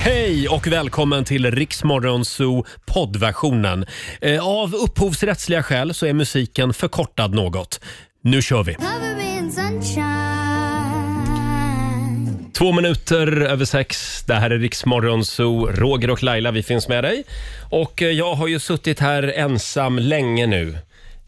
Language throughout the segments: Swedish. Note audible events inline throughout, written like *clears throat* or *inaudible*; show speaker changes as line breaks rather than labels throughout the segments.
Hej och välkommen till Riksmorgon Zoo poddversionen. Eh, Av upphovsrättsliga skäl så är musiken förkortad något. Nu kör vi!
Cover me in sunshine.
Två minuter över sex. Det här är Riksmorgon Zoo. Roger och Laila, vi finns med dig. Och eh, jag har ju suttit här ensam länge nu.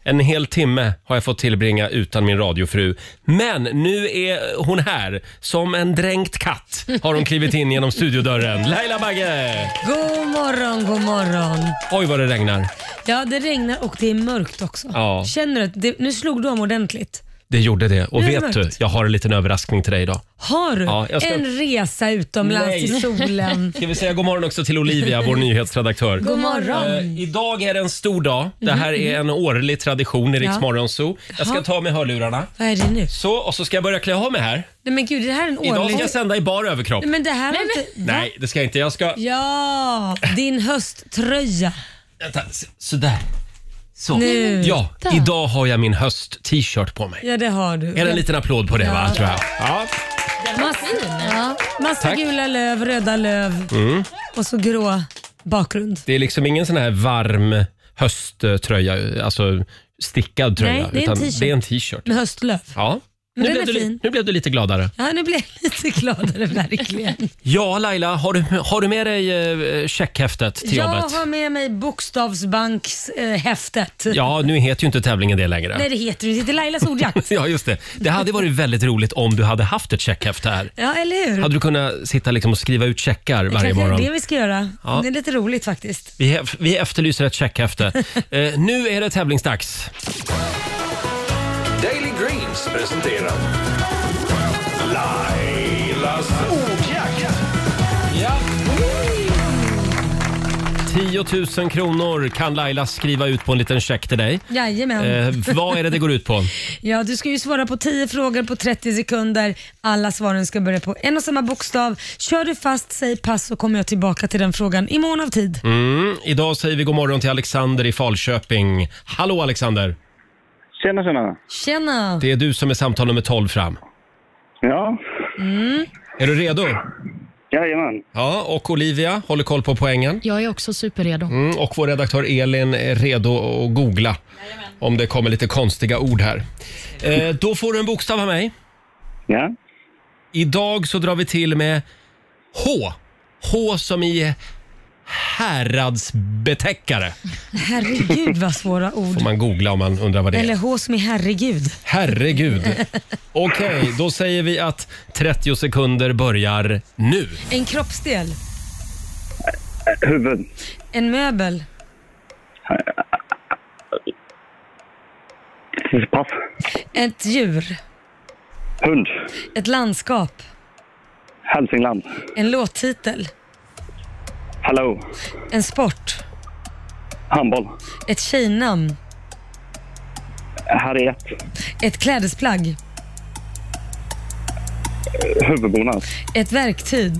En hel timme har jag fått tillbringa utan min radiofru. Men nu är hon här. Som en dränkt katt har hon klivit in genom studiodörren. Laila Bagge!
God morgon, god morgon.
Oj, vad det regnar.
Ja, det regnar och det är mörkt också.
Ja.
Känner du att det, nu slog du om ordentligt?
Det gjorde det. Och
Nu är det
vet du,
mörkt.
jag har en liten överraskning till dig idag.
Har du
Ja, jag ska-
en resa utomlands
Nej. *laughs*
i solen?
Ska vi säga god morgon också till Olivia, vår nyhetsredaktör.
Mm. God morgon. Mhm,
Eh, idag är det en stor dag. Det här är en årlig tradition i Rix
Ja.
Morgonzoo. Jag ska
Jaha.
ta med hörlurarna.
Vad är det nu?
Så, och så ska jag börja klä av mig här.
Nej men gud, det här är en
Idag ska
årlig...
jag sända i bar överkropp.
Nej, men det här var inte... Va?
Nej, det ska jag inte. Jag ska...
Ja, din hösttröja.
Vänta, s- sådär. Så.
Nu.
Ja, idag har jag min höst-t-shirt på mig.
Ja, det har du.
Är det en liten applåd på det, va? Tror jag. Ja.
Massa, ja, massa
Tack.
gula löv, röda löv
Mm.
och så grå bakgrund.
Det är liksom ingen sån här varm hösttröja, alltså stickad tröja.
Nej, det är en
utan
t-shirt.
det är en t-shirt.
Med höstlöv.
Ja. Nu
den
blev,
är
du, li-
fin.
nu blev du lite gladare.
Ja, nu blev jag *laughs* lite gladare verkligen.
Ja, Laila, har du, har du med dig eh, checkhäftet till
jag
jobbet?
har med mig bokstavsbankshäftet.
Ja, nu heter ju inte tävlingen det längre.
Nej, det heter det. Det heter Lailas
*laughs*
ordjakt.
Ja, just det. Det hade varit väldigt roligt om du hade haft ett checkhäfte här.
Ja, eller hur?
Hade du kunnat sitta liksom och skriva ut checkar varje
Kanske det är
morgon?
det vi ska göra. Det är lite roligt faktiskt.
Vi, hef- vi efterlyser ett
*laughs*
checkhäfte. eh, nu är det tävlingsdags.
Daily Greens presenterar Lailas ordjakt.
10 000 kronor kan Laila skriva ut på en liten check till dig.
Jajamän.
Eh, vad är det det går ut på?
*laughs* Ja, du ska ju svara på 10 frågor på 30 sekunder. Alla svaren ska börja på en och samma bokstav. Kör du fast, säg pass så kommer jag tillbaka till den frågan i mån av tid.
Mm, idag säger vi god morgon till Alexander i Falköping. Hallå Alexander!
Tjena, tjena.
Tjena!
Det är du som är samtal nummer 12 fram.
Ja,
Mm.
Är du redo?
jajamän.
Ja, och Olivia håller koll på poängen.
Jag är också superredo.
Mm, och vår redaktör Elin är redo att googla om det kommer lite konstiga ord här. Eh, då får du en bokstav av mig.
Ja.
Idag så drar vi till med H. H som i häradsbetäckare.
Herregud vad svåra ord.
Får man googla om man undrar vad det
Eller
är.
H som i herregud.
Herregud. Okej, då säger vi att 30 sekunder börjar nu.
En kroppsdel.
Huvud.
En möbel.
Pass.
Ett djur.
Hund.
Ett landskap.
Hälsingland.
En låttitel.
Hello.
En sport.
Handboll.
Ett tjejnamn.
Harriet.
Ett klädesplagg.
eh, Huvudbonad.
Ett verktyg.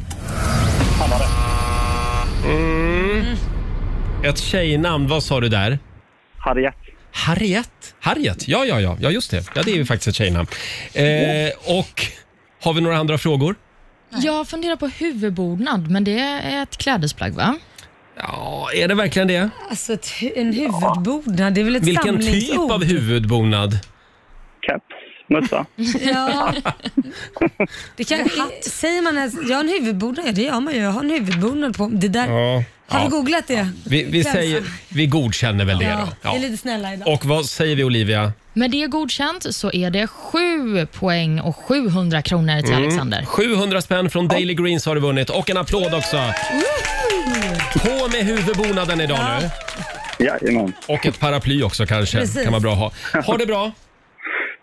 Mm. Ett tjejnamn, vad sa du där?
Harriet.
Harriet. Harriet, ja, ja, ja, ja just det. Ja, det är ju faktiskt ett tjejnamn. Eh, och har vi några andra frågor?
Jag funderar på huvudbonad, men det är ett klädesplagg va?
Ja, är det verkligen det?
Alltså ett hu- en huvudbonad, det är väl ett
Vilken typ
samlingsord?
av huvudbonad?
Caps. Mössa.
Ja. Det kan, i- säger man ens, jag har en huvudbonad, ja det gör man ju. Jag har en huvudbonad på det där.
Ja.
Har
Ja.
vi googlat det?
Vi, vi, säger, vi godkänner väl det
Ja,
då.
vi
Ja.
är lite snälla idag.
Och vad säger vi Olivia?
Med det godkänt så är det sju poäng och 700 kronor till
Mm.
Alexander.
700 spänn från Daily Greens har du vunnit och en applåd också. På med huvudbonaden idag nu.
Jajamän.
Och ett paraply också kanske.
Precis.
Kan vara bra att ha. Ha det bra.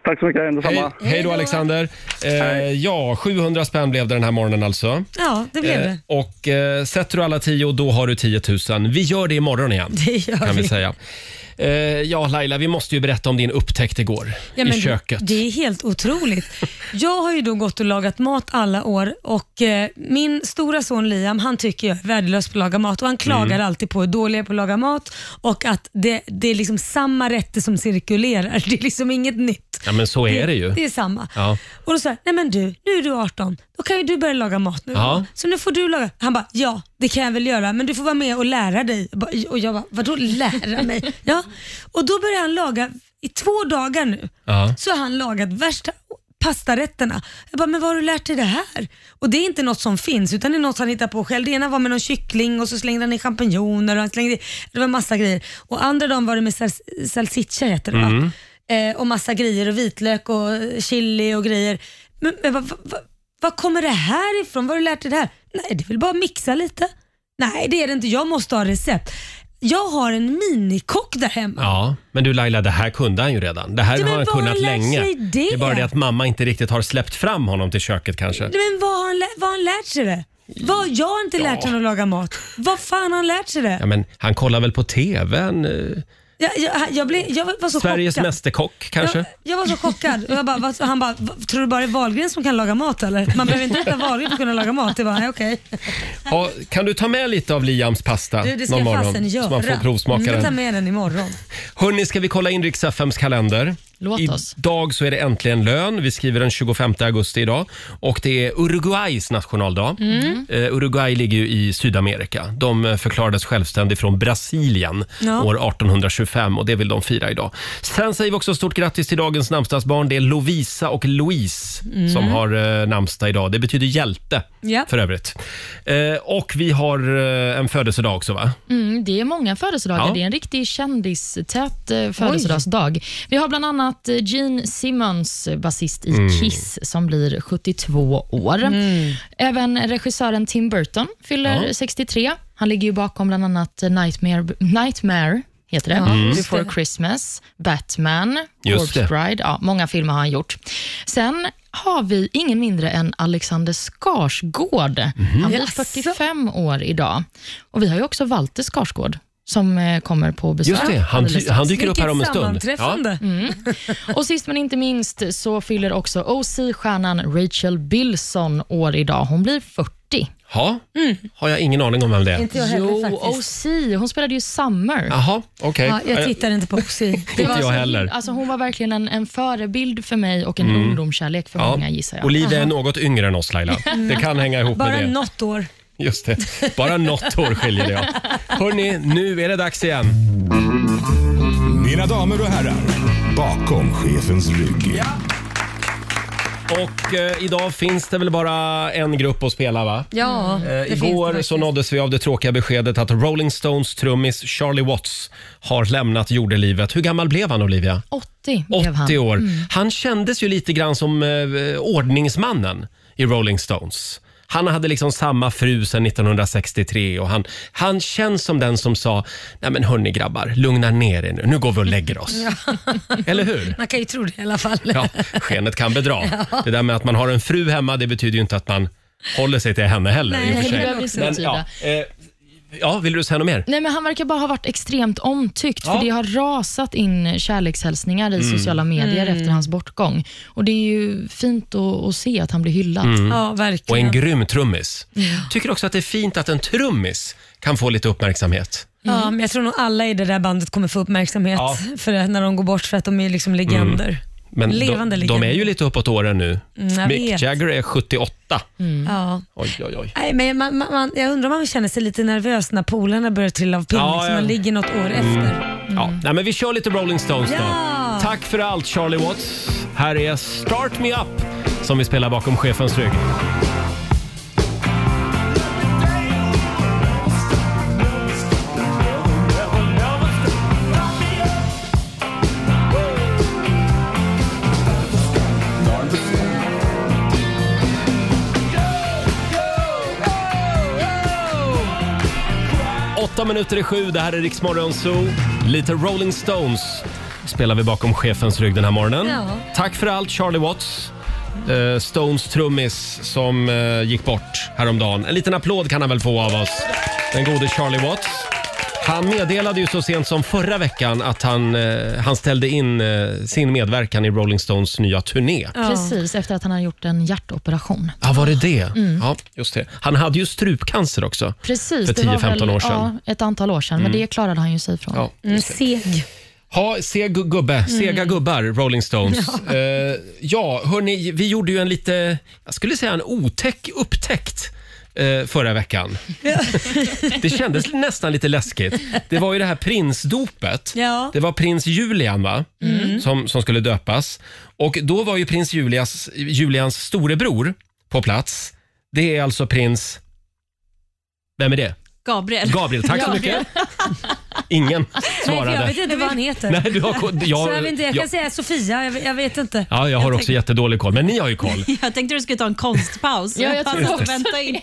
Tack så mycket. Ändå
Hej,
samma.
hej då Alexander. Eh, ja, 700 spänn blev det den här morgonen alltså.
Ja, det blev
Eh,
det.
Och eh, sätter du alla 10 då har du 10 000. Vi gör det imorgon igen.
Det gör
kan vi
vi.
säga. Eh, ja, Laila, vi måste ju berätta om din upptäckt igår
Ja,
i
men
köket.
Det är helt otroligt. Jag har ju då gått och lagat mat alla år och eh, min stora son Liam han tycker jag är värdelös på att laga mat och han klagar
Mm.
alltid på hur dålig jag är på att laga mat och att det, det är liksom samma rätter som cirkulerar. *laughs* Det är liksom inget nytt.
Ja, men så är det ju.
Det är samma.
Ja.
Och då sa jag, nej men du, nu är du 18, då kan ju du börja laga mat nu.
Ja.
Så nu får du laga. Han bara, ja, det kan jag väl göra, men du får vara med och lära dig. Ba- Och jag bara, vadå
*laughs*
lära mig? Ja. Och då börjar han laga, i två dagar nu,
Ja.
så har han lagat värsta pastarätterna. Jag bara, men var har du lärt dig det här? Och det är inte något som finns, utan det är något han hittar på själv. Det ena var med någon kyckling och så slängde han i champinjoner och han slängde i, det var massa grejer. Och andra dagen var det med sal- salsiccia heter det
Mm.
va? Eh, och massa grejer och vitlök och eh, chili och grejer. Men, men vad, vad, vad- vad kommer det här ifrån? Vad har du lärt dig det här? Nej, det är väl bara att mixa lite. Nej, det är det inte. Jag måste ha recept. Jag har en minikock där hemma.
Ja, men du Laila, det här kunde han ju redan. Det här
Ja, men
har han
var har
kunnat
han lärt
länge.
sig det?
är bara det att mamma inte riktigt har släppt fram honom till köket kanske.
Men vad har han, lä- vad har han lärt sig det? Vad, jag har inte lärt honom att laga mat. Vad fan har han lärt sig
Ja,
det?
men han kollar väl på TVn? eh,
Jag, jag, jag, blev, jag var så
Sveriges
chockad.
Mästerkock kanske?
Jag, jag var så chockad. Och Jag bara, vad, han bara, "Va- tror du bara det är Wahlgren som kan laga mat eller? Man behöver inte äta Wahlgren för att kunna laga mat. Det var okej.
Ja, kan du ta med lite av Liams pasta
Du, det ska
någon
jag
morgon?
fasen göra. Mm,
Så man får provsmaka
Jag tar
den.
med den imorgon.
Hörni, ska vi kolla in riks FMs kalender?
Låt oss.
Idag så är det äntligen lön. Vi skriver den 25 augusti idag. Och det är Uruguays nationaldag.
Mm.
Eh, Uruguay ligger ju i Sydamerika. De eh, förklarades självständig från Brasilien
Ja.
år 1825 och det vill de fira idag. Sen säger vi också stort grattis till dagens namnsdagsbarn. Det är Lovisa och Louise som har eh, namnsdag idag. Det betyder hjälte
Mm. Ja.
för övrigt. Eh, och vi har eh, en födelsedag också va?
Mm, det är många födelsedagar.
Ja.
Det är en riktig kändistät eh, födelsedagsdag. Vi har bland annat eh, Gene Simmons, eh, basist i
Mm.
Kiss, som blir 72 år. Även regissören Tim Burton fyller
Ja.
63. Han ligger ju bakom bland annat eh, Nightmare, Nightmare heter det, Before Christmas, Batman,
Just
Corpse
det.
Bride. Ja, många filmer har han gjort. Sen har vi ingen mindre än Alexander Skarsgård.
Mhm.
Han blir
Jaså?
45 år idag. Och Vi har ju också Walter Skarsgård som eh, kommer på besök.
Just det, han,
alldeles Mm.
dy- han dyker upp
Vilket
här om en stund.
sammanträffande.
Och sist men inte minst så fyller också OC-stjärnan Rachel Bilson år idag. Hon blir 40.
Ja, har jag ingen aning om vem det är.
Mm. Inte jag heller faktiskt.
OC, hon spelade ju Summer.
Jaha, okej.
Ja, jag
Eh,
tittar inte på Oxy.
Det var
inte jag
så-
heller. Mm.
Alltså hon var verkligen en, en förebild för mig och en ungdomskärlek för många gissar jag. Mm.
Olivia är något yngre än oss Laila. Det kan hänga ihop
Mm. Bara
med det.
något år.
Just det. Bara något år skiljer det. ja. Hörni, nu är det dags igen.
Mina damer och herrar, bakom chefens rygg.
Och eh, idag finns det väl bara en grupp att spela va?
Ja, det
Eh,
finns det
igår
faktiskt.
så nåddes vi av det tråkiga beskedet att Rolling Stones trummis Charlie Watts har lämnat jordelivet. Hur gammal blev han Olivia?
80 blev han. Mm.
80 år.
Mm.
Han kändes ju lite grann som eh, ordningsmannen i Rolling Stones. Han hade liksom samma fru sedan 1963 och han, han känns som den som sa Nej men hörni grabbar, lugna ner er nu. Nu går vi och lägger
*laughs*
oss. *laughs* Eller hur?
Man kan ju tro det i alla fall.
Ja, skenet kan bedra. Det där med att man har en fru hemma, det betyder ju inte att man håller sig till henne heller. i
Nej,
och för
det
sig.
behöver inte
men, ja,
betyda.
eh, ja, vill du säga något mer?
Nej, men han verkar bara ha varit extremt omtyckt,
Ja. Mm.
för det har rasat in kärlekshälsningar i sociala medier
Mm.
efter hans bortgång. Och Det är ju fint att, att se att han blir hyllad.
Ja,
Mm. Och
verkligen.
en grym trummis. Tycker också att det är fint att en trummis kan få lite uppmärksamhet.
*laughs* Ja, men jag tror nog alla i det där bandet kommer få uppmärksamhet
Ja.
för det, när de går bort för att de är liksom legender.
Mm. Men
Levande
de, de
legender. Mm,
är ju lite uppåt åren nu.
jag
Mick
vet.
Jagger är 78.
Mm. Ja.
Oj, oj, oj.
Nej, men man, man, man, jag undrar om man känner sig lite nervös när polarna börjar trilla av pinnen,
Ja,
så
ja. Mm.
man ligger något år efter.
Ja. Nej, men vi kör lite Rolling Stones då.
Ja!
Tack för allt Charlie Watts. Här är Start Me Up som vi spelar bakom chefens rygg. Åtta minuter i sju, det här är Riksmorgon Zoo. Lite Rolling Stones spelar vi bakom chefens rygg den här morgonen.
Ja.
Tack för allt Charlie Watts. Eh, Stones trummis som eh, gick bort häromdagen. En liten applåd kan han väl få av oss, den gode Charlie Watts. Han meddelade ju så sent som förra veckan att han, eh, han ställde in eh, sin medverkan i Rolling Stones nya turné. Ja,
Precis efter att han har gjort en hjärtoperation.
var det det? Ja, just det. Han hade ju strupcancer också.
Precis,
För
det var
10-15
väl,
år sedan. Mm.
Ja, ett antal år sedan, men det klarade han ju sig ifrån.
Ja.
Mm, seg.
Ha, seg gubbe,
Mm.
sega gubbar, Rolling Stones. Ja, eh, ja hörni, vi gjorde ju en lite, jag skulle säga en otäck upptäckt eh, förra veckan. Det kändes nästan lite läskigt. Det var ju det här prinsdopet.
Ja. Mm.
Det var prins Julian va? Som, som skulle döpas. Och då var ju prins Julias, Julians storebror på plats. Det är alltså prins... Vem är det?
Gabriel.
Gabriel, tack så mycket. Ingen
*laughs* Nej, för jag
svarade.
vet inte vad han heter.
Nej, du har, ko- jag,
så jag, vet inte, jag kan
jag,
säga Sofia, jag, vet- jag vet inte.
ja, jag har också jättedålig koll, men ni har ju koll.
*laughs* Jag tänkte du skulle ta en konstpaus.
Ja, jag trodde också
vänta in.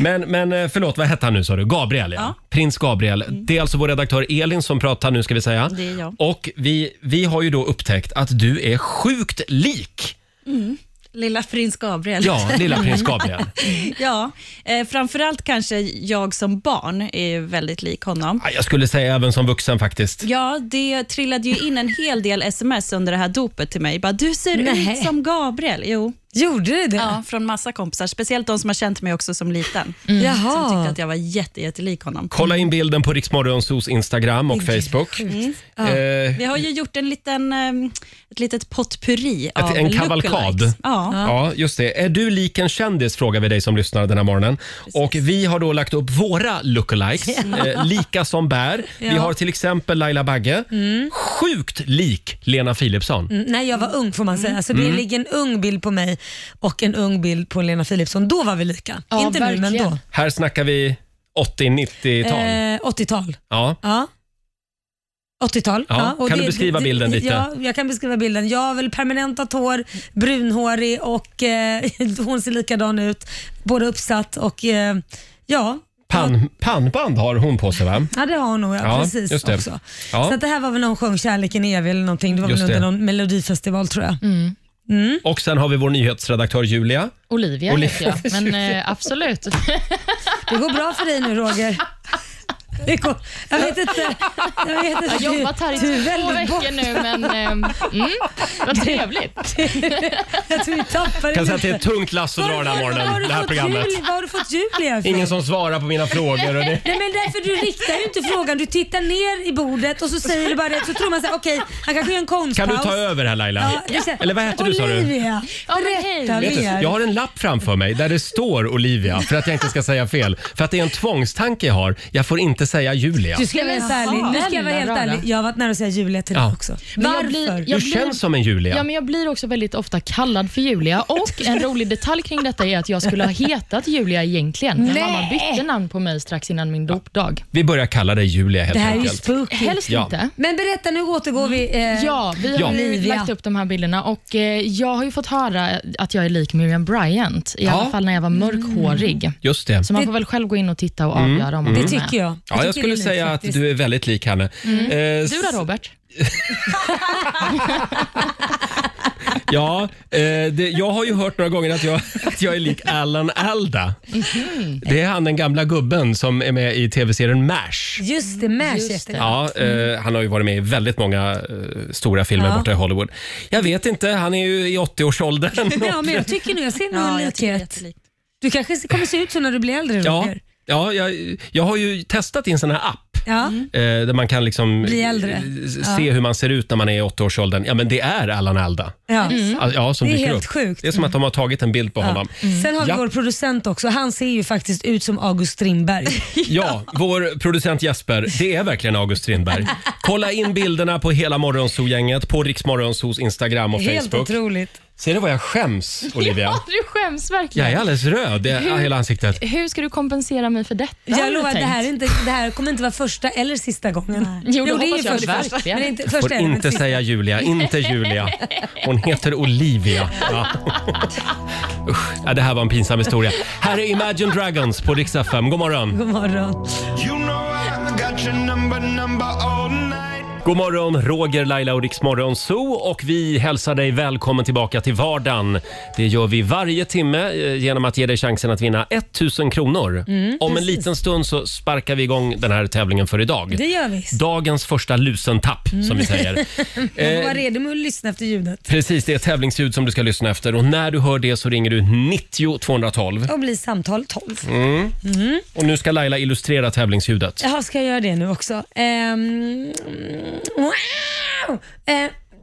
Men, men eh, förlåt, vad hette han nu sa du? Gabriel ja.
Ja. Mm.
Prins Gabriel. Det är alltså vår redaktör Elin som pratar nu ska vi säga.
Det är jag.
Och vi, vi har ju då upptäckt att du är sjukt lik
Mm. Lilla prins Gabriel.
ja, lilla prins Gabriel.
*laughs* ja. Eh, framförallt kanske jag som barn är väldigt lik honom.
Ja, Jag skulle säga även som vuxen faktiskt.
Ja, det trillade ju in en hel del sms under det här dopet till mig. Bara, du ser
Nej.
ut som Gabriel. Jo,
Gjorde du det?
ja, från massa kompisar. Speciellt de som har känt mig också som liten. Som
Mm. Jaha.
tyckte att jag var jätte, jättelik honom.
Kolla in bilden på Riksmorgonsos Instagram och Facebook. Eh,
Mm. Vi har ju gjort en liten, ehm, ett litet potpurri av
en kavalkad.
lookalikes. Ja.
Ja, just det. Är du lik en kändis? Frågar vi dig som lyssnar den här morgonen. Och vi har då lagt upp våra lookalikes, eh, lika som bär. Vi har till exempel Laila Bagge,
Mm.
sjukt lik Lena Philipsson.
Mm, När jag var ung får man säga. Så
Mm.
det ligger en ung bild på mig och en ung bild på Lena Philipsson. Då var vi lika.
Ja,
inte nu, men
verkligen.
då.
Här snackar vi 80-90-tal.
Eh, 80-tal.
Ja.
Ja. 80-tal.
Ja, kan du beskriva bilden lite?
Ja, jag kan beskriva bilden. Jag har väl permanentat hår, brunhårig och eh, *laughs* hon ser likadan ut. Både uppsatt och eh, ja. Mm.
Pan, pannband har hon på sig, va?
Ja, det har hon nog. Ja,
Ja,
precis
just det.
Också.
Ja.
Så att det här var väl när hon sjöng Kärleken är evig eller någonting. Det var
Just
väl under
det.
någon melodifestival tror jag.
Och sen har vi vår nyhetsredaktör Julia.
Olivia,
Olivia.
heter jag, men
*laughs*
eh, absolut.
*laughs* Det går bra för dig nu Roger. Det går, jag vet inte. Jag, vet inte.
Jag har jobbat här i
Du- du är
två
väldigt
veckor nu, men eh, mm, vad trevligt.
*laughs* Jag tror vi tappar det
Kan säga att
lite.
det är ett tungt lass att dra den här
Var har
morgonen,
du
det här
fått
programmet.
Jul, vad har du fått Julia ifrån?
Ingen som svarar på mina frågor. Och
*laughs*
det...
Nej men därför du riktar ju inte frågan. Du tittar ner i bordet och så säger du bara det. Så tror man såhär, okej han kanske gör en
Kan
konstpaus.
du ta över här Laila?
Ja, det känns-
Eller vad heter du sa du?
Olivia,
Ja, men hej.
berätta
Vet du,
mer.
jag har en lapp framför mig där det står Olivia för att jag inte ska säga fel. För att det är en tvångstanke jag har. Jag får inte säga Julia.
Du ska jag vara helt ärlig. Nu ska jag vara helt
Snälla rara.
ärlig. Jag har varit nära att säga Julia till
Ja.
dig också.
Men jag
Varför?
blir- jag
Du
blir-
känns som en
Ja,
Julia.
men jag blir också väldigt ofta kallad för Julia och
*laughs*
en rolig detalj kring detta är att jag skulle ha hetat Julia egentligen. Men mamma bytte namn på mig strax innan min dopdag.
Vi börjar kalla dig Julia helt
Det här är ju
enkelt.
spooky.
Helst
Ja.
inte.
Men berätta, nu återgår vi. Eh,
Ja, vi har ju
Olivia.
lagt upp de här bilderna och eh, jag har ju fått höra att jag är lik Miriam Bryant, i
Ja.
alla fall när jag var
Mm.
mörkhårig.
Just det.
Så man får väl själv gå in och titta och avgöra om man
Det
är
tycker
med.
jag.
Mm. Ja, jag
tycker det
skulle
är
säga
lite
att
faktiskt. Mm.
du är väldigt lik henne. Eh,
Mm. Du då Robert?
Ja, eh, det, jag har ju hört några gånger att jag, *laughs* att jag är lik Alan Alda. Det är han den gamla gubben som är med i tv-serien MASH.
Just det, MASH efter.
Ja, eh, han har ju varit med i väldigt många eh, stora filmer
Ja.
borta i Hollywood. Jag vet inte, han är ju i 80-årsåldern.
*laughs* Ja, men jag tycker nu, jag ser nog en
Ja, jag tycker det är
likhet.
jättelikt.
Du kanske kommer se ut så när du blir äldre,
Ja,
Roger.
ja jag, jag har ju testat i en sån här app.
Ja.
eh, Där man kan liksom
Bli äldre.
eh, se hur man ser ut när man är i 80-årsåldern. Ja, men det är Allan Alda.
Ja.
Alltså, Ja, som
Det är
dyker
helt
upp.
sjukt. Mm.
Det är som att de har tagit en bild på honom.
Sen har vi
Ja.
vår producent också. Han ser ju faktiskt ut som August Strindberg.
*laughs* Ja, vår producent Jesper, det är verkligen August Strindberg. Kolla in bilderna på hela Morgonzoo-gänget på Riksmorgonzoos Instagram och
Helt
Facebook.
otroligt.
Ser du vad jag
*laughs*
skäms, Olivia?
Ja, du skäms verkligen.
Jag är alldeles röd i i hela ansiktet.
Hur ska du kompensera mig för detta? har
Jag
du
lovar, det
tänkt?
här, är inte, det här kommer inte vara första eller sista gången.
Jo, det hoppas jag
första.
verkligen.
Men inte,
Får
första eller
inte
sista.
säga Julia, inte
*laughs*
Julia. Hon heter Olivia. Ja. Usch, ja, det här var en pinsam historia. Här är Imagine Dragons på Rix FM. God morgon!
God morgon.
You know I got your number, number all night.
God morgon, Roger, Laila och Rix Morgonzoo. Och vi hälsar dig välkommen tillbaka till vardagen. Det gör vi varje timme eh, genom att ge dig chansen att vinna 1000 kronor.
Mm,
Om en liten stund så sparkar vi igång den här tävlingen för idag.
Det gör vi.
Dagens första lusentapp, som vi
*laughs*
säger.
Man Mm. får
Eh,
vara redo med att lyssna efter ljudet
Precis, det är ett tävlingsljud som du ska lyssna efter och när du hör det så ringer du 90 212.
och bli samtal Mm. 12.
Mm. Och nu ska Laila illustrera tävlingsljudet.
Jaha, ska jag göra det nu också? Ehm, wow! Eh,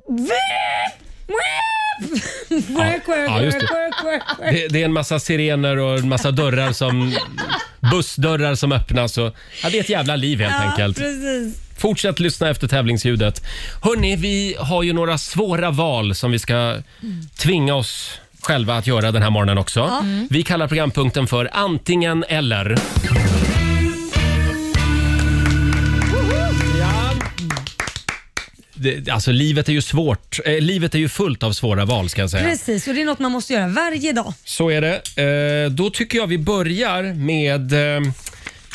vip! Vip! Work, work,
Ja, just
work,
det.
work, work, work.
Det, det är en massa sirener och en massa dörrar som... Bussdörrar som öppnas och... Ja, det är ett jävla liv helt
Ja,
enkelt.
precis.
Fortsätt lyssna efter tävlingsljudet. Hörni, vi har ju några svåra val som vi ska tvinga oss själva att göra den här morgonen också.
Mm.
Vi kallar programpunkten för antingen eller. Ja. Det, alltså livet är ju svårt. Eh, livet är ju fullt av svåra val ska jag säga.
Precis, och det är något man måste göra varje dag.
Så är det. Eh, då tycker jag vi börjar med... Eh,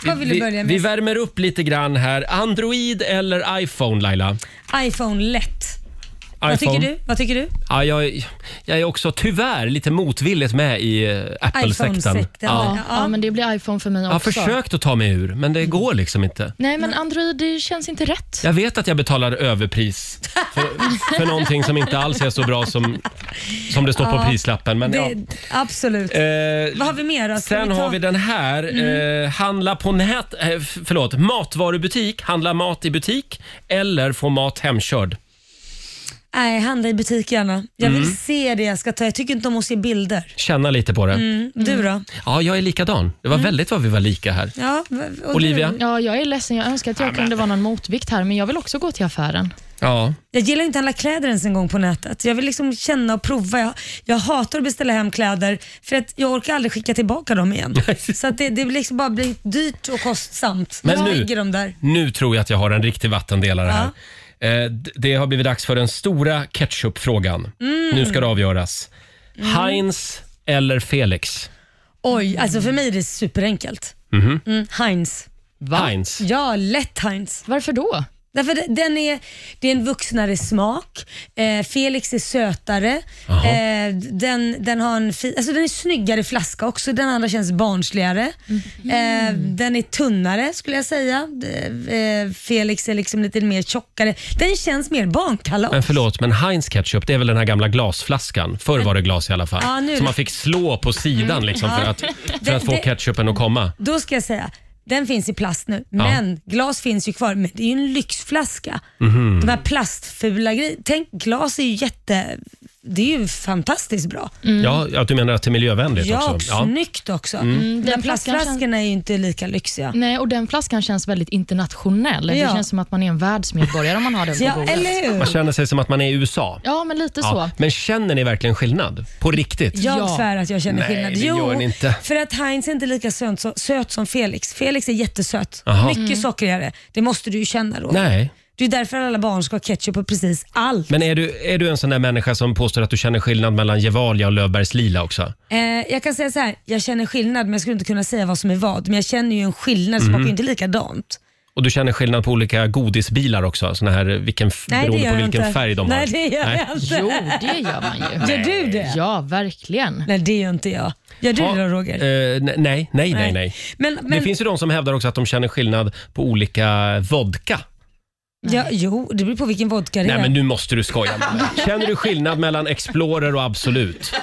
Vad vill du
vi,
börja med?
vi värmer upp lite grann här. Android eller iPhone Laila?
iPhone lätt.
iPhone.
Vad tycker du? Vad tycker du?
Ja, jag, jag är också tyvärr lite motvilligt med i eh, Apple-sekten.
iPhone-sekten.
Ja.
Ja, men det blir iPhone för mig
Jag har
också.
försökt att ta mig ur, men det går liksom inte.
Nej, men Android det känns inte rätt.
Jag vet att jag betalar överpris Mm, för, för någonting som inte alls är så bra som, som det står
*laughs*
på prislappen. Men, ja.
Det, absolut.
Eh,
Vad har vi mer då? Ska
Sen
vi ta- Mm.
har vi den här. Eh, handla på nät, eh, f- förlåt, matvarubutik, handla mat i butik eller få mat hemkörd.
Nej, handla i butik gärna. Jag
Mm.
vill se det jag ska ta. Jag tycker inte om att se bilder.
Känna lite på det.
Mm.
Mm.
Du då? Mm.
Ja, jag är likadan. Det var väldigt vad vi var lika här.
Ja, v- och
Olivia?
Du?
Ja, jag är ledsen. Jag önskar att jag kunde vara någon motvikt här, men jag vill också gå till affären.
Ja.
Jag gillar inte att handla kläder ens en gång på nätet. Jag vill liksom känna och prova. Jag, jag hatar att beställa hem kläder för att jag orkar aldrig skicka tillbaka
*laughs*
dem igen. Så att det, det blir liksom bara blir dyrt och kostsamt.
Men
jag
nu-
lägger dem där.
Nu tror jag att jag har en riktig vattendelare här. Eh, d- Det har blivit dags för den stora ketchupfrågan.
Mm.
Nu ska det avgöras. Heinz eller Felix? Mhm.
Oj, alltså för mig är det superenkelt. Mm, Heinz.
Heinz.
Ja, lätt Heinz.
Varför då?
Därför det- den är, det är en vuxnare smak. Eh, Felix är sötare.
Jaha.
Eh, den, den, har en fi, alltså den är snyggare flaska också. Den andra känns barnsligare.
Mhm.
Eh, den är tunnare skulle jag säga. Eh, Felix är liksom lite mer tjockare. Den känns mer barnkalas.
Men förlåt, men Heinz ketchup, det är väl den här gamla glasflaskan? Förr var det glas i alla fall.
Ja, nu- Mm.
Som man fick slå på sidan liksom för,
*laughs*
att, för
Det-
att få
det-
ketchupen att komma.
Då ska jag säga, den finns i plast nu, men glas finns ju kvar. Men det är ju en lyxflaska.
Mhm. Mm.
De här plastfula grejerna. Tänk, glas är ju jätte... Det är ju fantastiskt bra.
Ja, att du menar att det är miljövänligt
mm. Ja, och
också? Ja.
snyggt också.
Mm.
De här
Mm, Den flaskan
plastflaskorna är ju inte lika lyxiga.
Nej, och den flaskan känns väldigt internationell. Det
Ja.
känns som att man är en världsmedborgare om man har den på
Ja,
bordet.
eller hur?
Man känner sig som att man är i USA.
Ja, men lite så.
Ja. Men känner ni verkligen skillnad? På riktigt?
Jag
Ja.
svär att jag känner
Nej,
skillnad.
det gör ni inte.
för att Heinz är inte lika söt som, söt som Felix. Felix är jättesöt.
Jaha.
Mycket sockrigare. Det måste du ju känna då.
Nej.
Det är därför alla barn ska ha ketchup på precis allt.
Men är du, är du en sån där människa som påstår att du känner skillnad mellan Gevalia och Löfbergs Lila också?
Eh, jag kan säga så här, jag känner skillnad men jag skulle inte kunna säga vad som är vad. Men jag känner ju en skillnad,
Mhm.
det smakar ju inte likadant.
Och du känner skillnad på olika godisbilar också? Såna här, vilken, f-
Nej, det
beroende
gör
på
jag
vilken
inte.
färg de
Nej,
har?
det gör jag inte.
Jo, det gör man ju.
Gör du det?
Ja, verkligen.
Nej, det gör inte jag. Gör du
Ja,
det då Roger?
eh, nej, nej, nej, nej.
Men, men,
Det finns ju de som hävdar också att de känner skillnad på olika vodka.
ja, jo, det beror på vilken vodka det
Nej,
är.
men nu måste du skoja med mig. Känner du skillnad mellan Explorer och Absolut?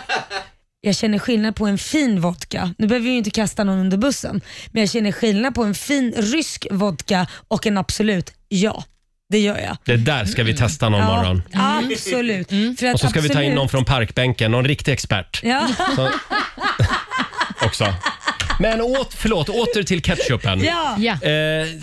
Jag känner skillnad på en fin vodka. Nu behöver vi ju inte kasta någon under bussen. Men jag känner skillnad på en fin rysk vodka och en Absolut. Ja, det gör jag.
Det där ska vi testa någon morgon.
Ja, absolut.
Mm.
För att
Och så ska vi ta in
Absolut-
någon från parkbänken, någon riktig expert
Ja,
också. Men åt, förlåt, åter till ketchupen.
ja.
Ja.
Eh,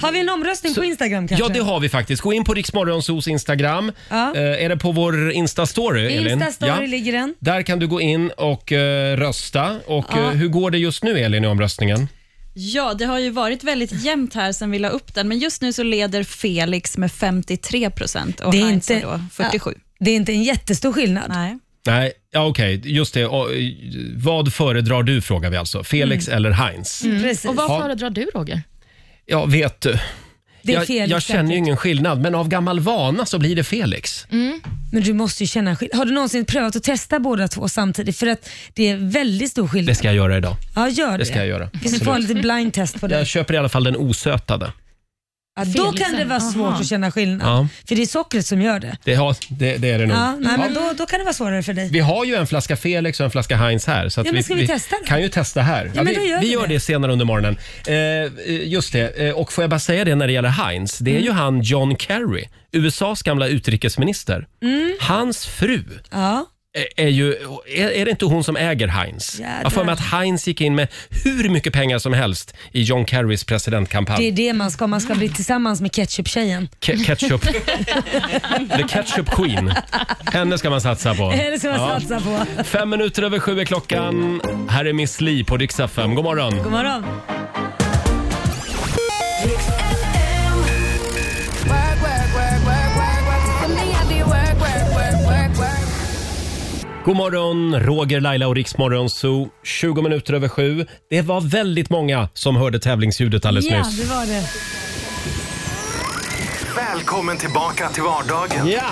Har vi en omröstning på Instagram kanske?
ja, det har vi faktiskt. Gå in på Riksmorgonsos Instagram.
Ja.
Eh, är det på vår Insta-story, Elin?
Insta-story ligger den.
Där kan du gå in och eh, rösta. Och, eh, hur går det just nu, Elin, i omröstningen?
Ja, det har ju varit väldigt jämnt här sen vi la upp den, men just nu så leder Felix med 53 procent och
Det är
Heinz
inte-
är då 47.
Det är inte en jättestor skillnad.
Nej.
Nej, ja, okej. Just det. Och, eh, vad föredrar du, frågar vi alltså. Felix eller Heinz?
Mm. Precis.
Och vad
Ja.
föredrar du, Roger?
Ja, vet du.
Det är
Jag,
Felix
jag känner ju
säkert.
ingen skillnad, men av gammal vana så blir det Felix.
Men du måste ju känna skillnad. Har du någonsin prövat att testa båda två samtidigt? För att det är väldigt stor skillnad.
Det ska jag göra idag.
ja, gör det.
Det ska jag göra.
Vi ska få en liten blind test på det.
Jag köper i alla fall den osötade.
Ja, då
Felixen.
kan det vara svårt
Aha.
att känna skillnad.
Ja.
För det är sockret som gör det.
Det, ja, det, det är det nog.
Ja, nej,
Ja.
men då, då kan det vara svårare för dig.
Vi har ju en flaska Felix och en flaska Heinz här. Så att
Ja, men ska vi testa då?
kan ju testa här. Ja,
men
vi,
då gör
vi
vi
gör
det.
det senare under morgonen. Eh, Eh, just det, eh, och får jag bara säga det när det gäller Heinz. Det är
Mm.
ju han John Kerry, USAs gamla utrikesminister. Hans fru
Mm. Ja.
är- är ju... Är, är det inte hon som äger Heinz? Jag har för mig att Heinz gick in med hur mycket pengar som helst i John Kerrys
Det
presidentkampanj.
är det man ska. Man ska bli tillsammans med ketchup-tjejen.
Ke-
*laughs*
ketchup. The Ketchup Queen. Henne ska man satsa på.
Det ska man satsa på.
Fem minuter över sju är klockan. Här är Miss Li på Rix FM. God morgon.
God morgon.
God morgon, Roger, Laila och Rix morgon, Zoo. 20 minuter över sju. Det var väldigt många som hörde tävlingsljudet alldeles
Ja,
nyss.
det var det.
Välkommen tillbaka till vardagen.
Ja!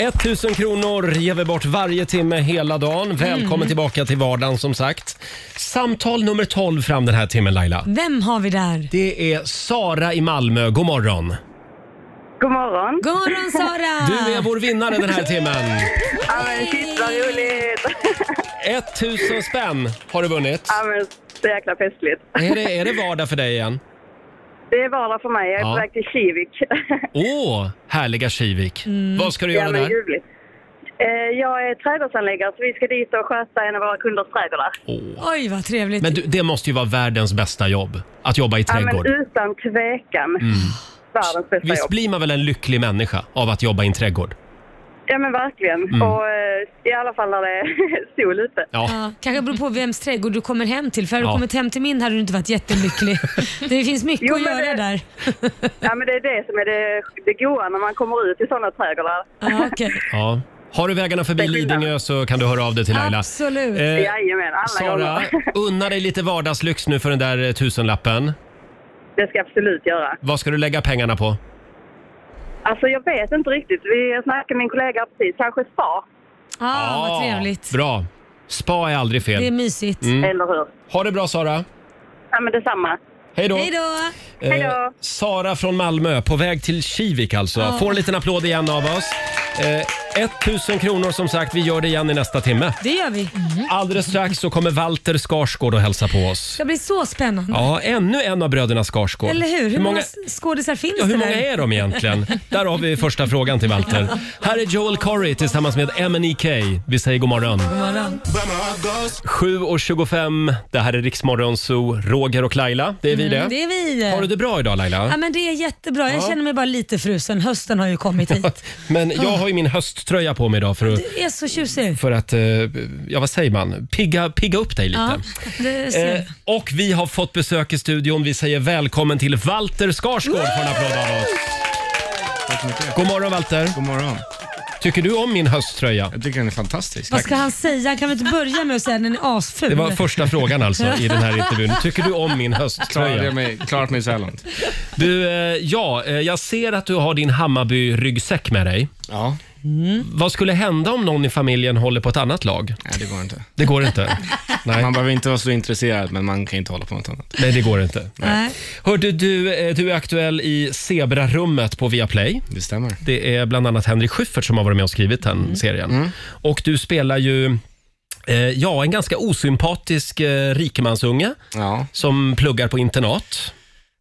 1000 kronor ger vi bort varje timme hela
Mm.
dagen. Välkommen tillbaka till vardagen som sagt. Samtal nummer 12 fram den här timmen Laila.
Vem har vi där?
Det är Sara i Malmö. God morgon.
God morgon.
God morgon Sara!
Du är vår vinnare den här
*laughs*
timmen.
Ja, men shit vad roligt.
1000 spänn har du vunnit.
Ja, men så jäkla festligt.
Är det, är det vardag för dig igen?
Det är vardag för mig. Jag är
Ja.
på väg till Kivik.
Åh, härliga Kivik. Mm. Vad ska du göra
ja, men
där?
ljuvligt. Eh, Jag är trädgårdsanläggare så vi ska dit och sköta en av våra kunders trädgårdar.
Åh.
Oj vad trevligt.
Men du, det måste ju vara världens bästa jobb, att jobba i
Ja, men
trädgård. Mm.
utan tvekan. Världens bästa
Visst
jobb.
blir man väl en lycklig människa av att jobba i en trädgård?
Ja men verkligen. Och eh, i alla fall när det är *laughs* sol ute.
Mm. Ja.
Ja, kanske beror på vems trädgård du kommer hem till. För hade
Ja.
du kommit hem till min hade du inte varit
*laughs*
jättelycklig. Det finns mycket
Jo,
att
men
göra
det-
där.
Ja men det är det som är det, det goa när man kommer ut i sådana trädgårdar.
Ja, okej.
ja. Har du vägarna förbi Lidingö så kan du höra av dig till Laila.
Absolut.
Eh,
*laughs* Jajamän, alla
Sara,
gånger. *laughs*
unna dig lite vardagslyx nu för den där eh, tusenlappen.
Det ska jag absolut göra.
Vad ska du lägga pengarna på?
Alltså jag vet inte riktigt. Vi snackade med min kollega precis. Kanske spa,
ah,
Ah,
vad trevligt.
Bra. Spa är aldrig
Det är
fel. Mm.
mysigt.
eller hur?
Ha det bra Sara.
Ja men detsamma.
Hej då.
Hej då!
Hej
Eh,
då.
Sara från Malmö, på väg till Kivik alltså. Får en liten applåd igen av oss. Eh, 1000 kronor som sagt, vi gör det igen i nästa timme. Mm.
Det gör vi.
Alldeles strax så kommer Walter Skarsgård och hälsa på oss.
Det blir så spännande.
Ja, ännu en av bröderna Skarsgård.
Mm. Eller hur? Hur, många,
många,
skådisar finns
ja, hur
det
många
där?
är de
*laughs*
egentligen? Där har vi första frågan till Walter. Här är Joel Corey tillsammans med MNEK. Vi säger god morgon.
Morgon.
7.25, det här är Riksmorgon Zoo, Roger och Laila. Det är vi det.
Mm, Det är vi.
Har du det bra idag Laila?
Ja, men det är jättebra. Jag känner mig bara lite frusen. Hösten har ju
*laughs*
kommit hit.
Men
Ah.
jag har ju min hösttröja på mig idag för att,
Du är så tjusig.
för att eh, ja vad säger man, pigga, pigga upp dig
Ja,
lite.
det ser
Eh, och vi har fått besök i studion. Vi säger välkommen till Walter Skarsgård för en applåd av oss. God morgon Walter.
God morgon.
Tycker du om min hösttröja?
Jag tycker den är fantastisk.
Vad ska han säga? Han kan väl inte börja med att säga att den är asful?
Det var första frågan alltså i den här intervjun. Tycker du om min hösttröja?
mig, klarat mig så här långt.
Du, eh, ja, eh, jag ser att du har din Hammarby-ryggsäck med dig.
Ja,
Vad skulle hända om någon i familjen håller på ett annat lag?
nej, det går inte.
Det
*laughs*
går inte. Nej,
Man behöver inte vara så intresserad, men man kan inte hålla på något annat.
nej det går inte.
Nej.
Hörde du, eh, du är aktuell i Zebrarummet på Viaplay.
Det stämmer.
Det är bland annat Henrik Schyffert som har varit med och skrivit den serien.
Mm.
Och du spelar ju eh, ja, en ganska osympatisk eh, rikemansunge
Ja,
som pluggar på internat.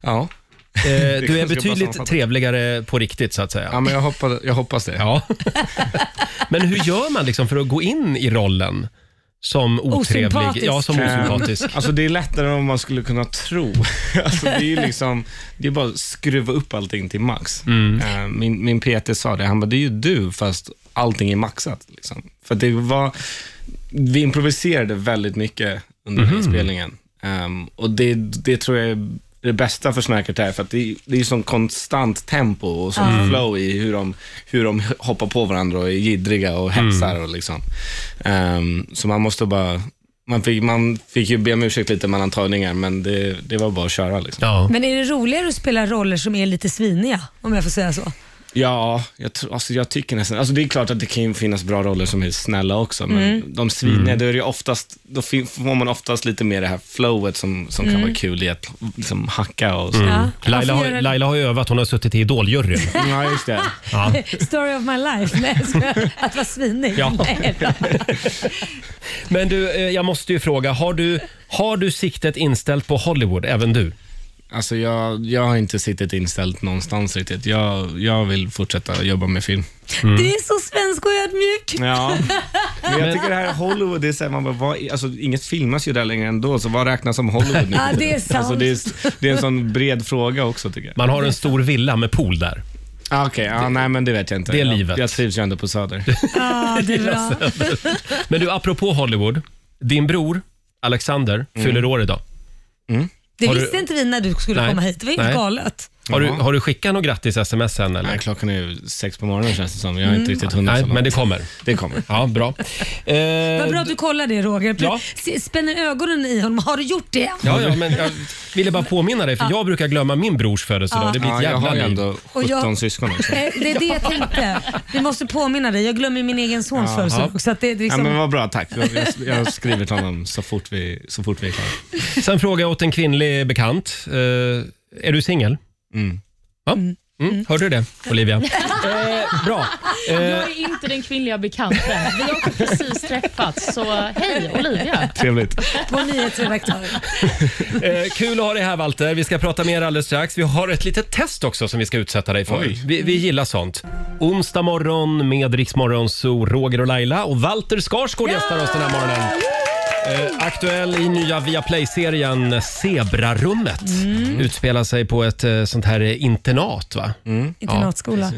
ja. *laughs*
Eh, du är
ganska bra
betydligt
sammanfattat.
trevligare på riktigt så att säga.
ja men jag hoppas, jag hoppas det.
Ja. Men hur gör man liksom för att gå in i rollen som otrevlig?
Osympatisk.
Ja, som
Eh,
osympatisk.
*laughs* Alltså det är lättare än vad man skulle kunna tro. *laughs* Alltså det är ju liksom, det är bara att skruva upp allting till max.
Mm.
Eh, Min, min PT sa det, han bara, det är ju du fast allting är maxat. Liksom. För det var, vi improviserade väldigt mycket under
Mm.
inspelningen. Ehm, och det, det tror jag är det bästa för såna här karaktärer, för att det, är- det är ju sån konstant tempo och sån flow i hur de, hur de hoppar på varandra och är jiddriga och hetsar. Och liksom. Ehm, så man måste bara, man fick, man fick ju be om ursäkt lite mellan tagningar, men det, det var bara att köra. Liksom.
Ja.
Men är det roligare att spela roller som är lite sviniga? Om jag får säga så.
Ja, jag, tr- alltså, jag tycker nästan, alltså, det är klart att det kan ju finnas bra roller som är snälla också, men
Mm.
de sviniga,
Mm.
då, är det ju oftast, då fin- får man oftast lite mer det här flowet som, som kan
Mm.
vara kul i att liksom, hacka och så.
Mm. Laila, har, Laila har ju övat, hon har suttit i idoljuryn.
*laughs* Ja, just det.
Ja.
*laughs* Story of my life. Nej, jag skojar. att vara svinig.
Ja.
Nej, då.
Men du, eh, jag måste ju fråga, har du, har du siktet inställt på Hollywood, även du?
Alltså jag, jag har inte sittit inställt någonstans riktigt. Jag, jag vill fortsätta jobba med film.
Mm.
Det är så svensk och ödmjuk.
Mm.
*laughs*
Ja. Men jag tycker det här Hollywood, det är så här, man bara, vad, är- alltså, inget filmas ju där längre ändå, så vad räknas som Hollywood nu?
Ja, det är sant.
Alltså, det, är, det är en sån bred fråga också tycker jag.
Man har en stor villa med pool där.
Ah, Okej, ja, nej men det vet jag inte.
det är
Jag-
livet.
Jag trivs ju ändå på
*laughs*
Söder.
Ja, det är Ah,
*laughs*
bra.
Men du, apropå Hollywood. Din bror Alexander
Mm.
fyller år idag.
Det
Har du-
visste inte vi när du skulle
Nej.
komma hit. Det var
Nej.
helt galet.
Har du,
Jaha.
har du skickat något grattis-sms än eller?
Nej, klockan är ju sex på morgonen känns det som. Jag har
Mm.
inte riktigt hunnit
Nej,
så
men
långt.
det kommer.
det kommer.
Ja, bra. Eh,
Vad bra att du kollar det Roger.
Ja.
Se- Spänner ögonen i honom. Har du gjort det?
Ja, ja, men jag ville bara påminna dig, för jag brukar glömma min brors födelsedag. Det blir ett
Ja, jag har ju
jävla liv.
ändå
Och
17
jag-
syskon också.
Eh, *laughs* Det är det jag tänkte. Vi måste påminna dig. Jag glömmer min egen sons födelsedag också. Att det är
Ja,
liksom...
men vad bra, tack. Jag, jag, jag har skrivit honom så fort vi, så fort vi är klara.
Sen frågade jag åt en kvinnlig bekant. eh, är du singel?
Mm.
Ja. Mm. Hörde du det, Olivia?
*laughs*
Eh, bra. Eh,
Jag är inte den kvinnliga bekanten. Vi har precis träffats, så hej Olivia.
Trevligt.
Vår nyhetsredaktör.
eh, kul att ha dig här, Walter. Vi ska prata mer alldeles strax. Vi har ett litet test också som vi ska utsätta dig för.
Oj.
Vi, vi gillar sånt. Onsdag morgon med Riksmorgon, så Roger och Laila och Walter Skarsgård gästar oss den här morgonen. Eh, aktuell i nya Viaplay-serien Zebrarummet.
Mm.
Mm.
Utspelar sig på ett eh, sånt här eh, internat, va?
Mm.
Internatskola.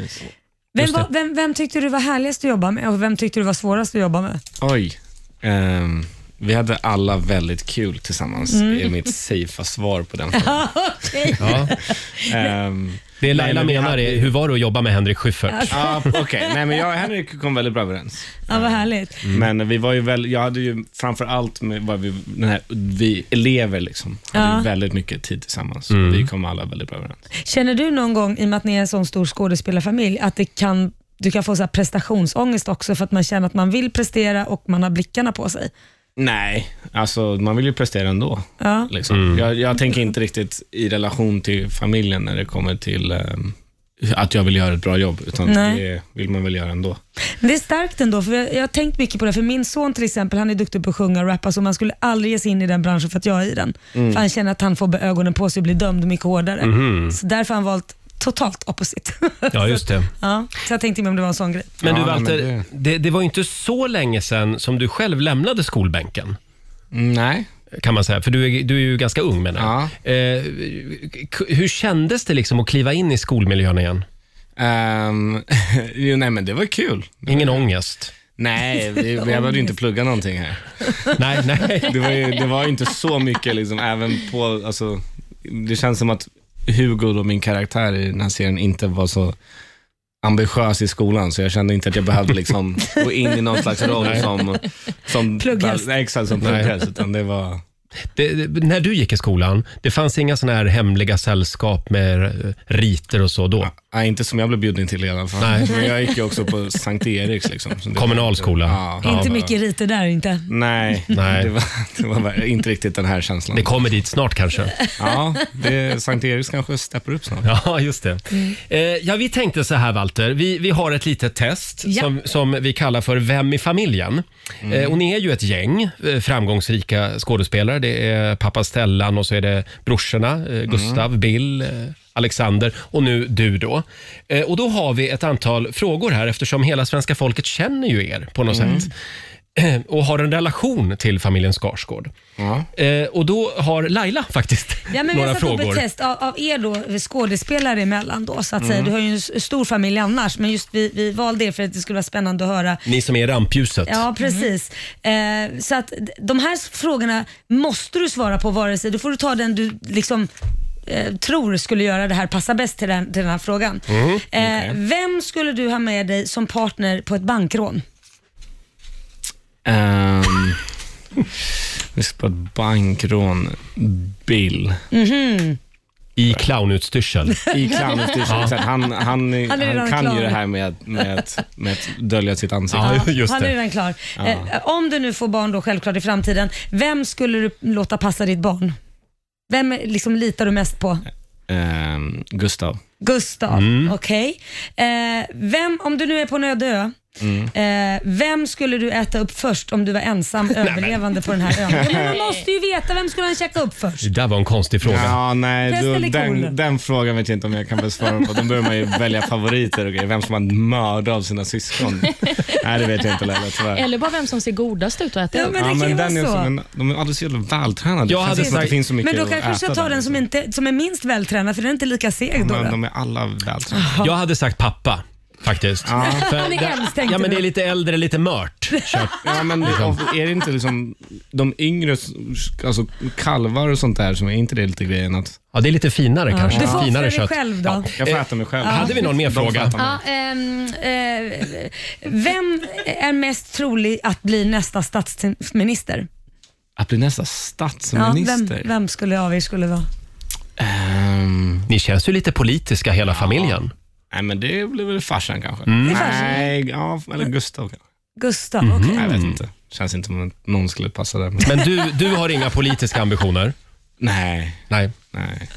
Vem, var, vem, vem tyckte du var härligast att jobba med och vem tyckte du var svårast att jobba med?
Oj. Ehm, vi hade alla väldigt kul tillsammans,
Mm.
är mitt safea svar på den
*laughs*
frågan.
Okej.
*laughs* Ja.
Ehm,
Det Laila
men vi
menar
hade-
är, hur var det att jobba med Henrik Schyffert?
Ja, Okej,
*laughs*
nej men jag och Henrik kom väldigt bra överens.
Ja, vad härligt.
Mm.
Men vi var ju väl, jag hade ju framför allt med vad vi, den här, vi elever liksom, hade
Ja.
ju väldigt mycket tid tillsammans.
Mm.
Vi kom alla väldigt bra överens.
Känner du någon gång, i och med att ni är en sån stor skådespelarfamilj, att det kan, du kan få så här prestationsångest också för att man känner att man vill prestera och man har blickarna på sig?
Nej, alltså man vill ju prestera ändå.
Ja.
Liksom.
Mm.
Jag, jag tänker inte riktigt i relation till familjen när det kommer till ehm, att jag vill göra ett bra jobb, utan
Nej.
det vill man väl göra ändå.
Men det är starkt ändå, för jag, jag har tänkt mycket på det. För min son till exempel, han är duktig på att sjunga och rappa, så man skulle aldrig ge sig in i den branschen för att jag är i den.
Mm.
För han känner att han får be- ögonen på sig och blir dömd mycket hårdare.
Mhm.
Så därför har han valt totalt opposite. *laughs*
Ja, just det.
ja, så jag tänkte mig om det var en sån grej.
Men du
Ja, nej, men
Walter,
det-
det, det var ju inte så länge sedan som du själv lämnade skolbänken.
Mm, Nej.
Kan man säga, för du är, du är ju ganska ung menar jag. Eh, k- hur kändes det liksom att kliva in i skolmiljön igen?
Ehm, *laughs* jo, nej, men det var kul.
Ingen ångest?
Nej, vi, vi hade ju inte pluggat någonting här.
Nej, nej.
Det var ju det var ju inte så mycket, liksom, även på... Alltså, det känns som att Hugo, då, min karaktär i den här serien, inte var så ambitiös i skolan, så jag kände inte att jag behövde
*laughs*
liksom, gå in i någon slags roll som... som
Plugghäst.
Nej, Exakt, som plugghäst. Utan det var...
Det, det, när du gick i skolan, det fanns inga såna här hemliga sällskap med eh, riter och så då?
Nej, inte som jag blev bjuden till i alla fall.
Nej.
Men jag gick ju också på Sankt Eriks. Liksom, så det-
Kommunalskola.
Ja, ja,
inte
det var-
mycket riter där inte.
Nej,
Nej.
Det, var, *laughs* det var bara inte riktigt den här känslan.
Det kommer dit snart kanske.
Ja, det, Sankt Eriks kanske steppar upp snart.
Ja, just det. Eh, ja, vi tänkte så här, Walter. Vi, vi har ett litet test
Ja.
som, som vi kallar för Vem i familjen?
Mm.
Eh, och ni är ju ett gäng eh, framgångsrika skådespelare. Det är pappa Stellan och så är det brorsorna
Mm.
eh, Gustav, Bill, eh, Alexander och nu du då. Eh, och då har vi ett antal frågor här eftersom hela svenska folket känner ju er på något
Mm.
sätt Eh, *clears throat* och har en relation till familjen Skarsgård.
Ja.
Eh, och då har Laila faktiskt
Ja, men
*laughs*
vi
några
har satt upp
frågor.
ett test av, av er då, eh, skådespelare emellan. Då, så att
Mm.
säga. Du har ju en s- stor familj annars, men just vi, vi valde er för att det skulle vara spännande att höra
Ni som är i rampljuset. Mm.
Ja, precis. Eh, så att d- de här s- frågorna måste du svara på vare sig, då får du ta den du liksom eh, tror skulle göra det här passa bäst till den, till den här frågan.
Mm.
Eh, Vem skulle du ha med dig som partner på ett bankrån?
Ehm, vi ska på ett bankrån. Bill.
Mhm.
I clownutstyrsel.
I
*laughs*
clownutstyrseln. exakt. Han, han, han,
är redan
kan
klar.
ju det här med, att- med, att, med att dölja sitt ansikte. *laughs*
Ja, just
Han är
det.
redan klar. Eh, om du nu får barn då självklart i framtiden, vem skulle du låta passa ditt barn? Vem är- liksom litar du mest på?
Ehm, Gustav. Mm.
Gustav, okej. Eh, vem, om du nu är på en öde ö,
Mm.
Eh, vem skulle du äta upp först om du
*laughs*
var ensam överlevande på den här ön? Ja, men man måste ju veta, vem skulle han käka upp först?
Det där var en konstig fråga.
Ja, nej,
Pest
då,
eller kolera?
den, den frågan vet jag inte om jag kan besvara på. Då börjar man ju välja favoriter och grejer. Vem som man mördar av sina
*laughs*
syskon. nej, det vet jag inte Laila, tyvärr.
Eller bara vem som ser godast ut att
*laughs*
äta
Ja,
upp.
men det kan ju
den är
vara så.
som en, de är alldeles jävla vältränade.
Jag
Det
hade
känns som att
sagt-
det finns så mycket
Men då
att
kanske du ska
äta
ta
där,
den som,
liksom.
inte, som är minst vältränad, för den är inte lika seg då.
Men
då.
de är alla vältränade.
*laughs*
Jag hade sagt pappa. Faktiskt. För
Han är äldst, tänkte
ja, men
du.
det är lite äldre, lite
*laughs*
mört. kött.
Ja, men är det inte liksom de yngre, alltså kalvar och sånt där, som är inte det lite grejen att
Ja, det är lite finare kanske.
Du får offra
finare
dig
kött.
själv då.
Ja.
jag får
Eh,
äta mig själv?
Hade vi någon mer
De får
fråga?
äta mig.
Ja, ehm, eh, vem är mest trolig att bli nästa statsminister?
Att bli nästa
Ja,
statsminister?
vem, vem skulle av er skulle vara?
Ehm,
Ni känns ju lite politiska hela familjen.
nej, men det blir väl farsan kanske.
Mm.
farsan.
mm. Nej, ja, eller Gustav kanske.
Gustav? okej.
Jag vet inte. Känns inte som att någon skulle passa där. Men...
Mhm. Men du, du har inga politiska ambitioner?
Nej,
Nej.
nej.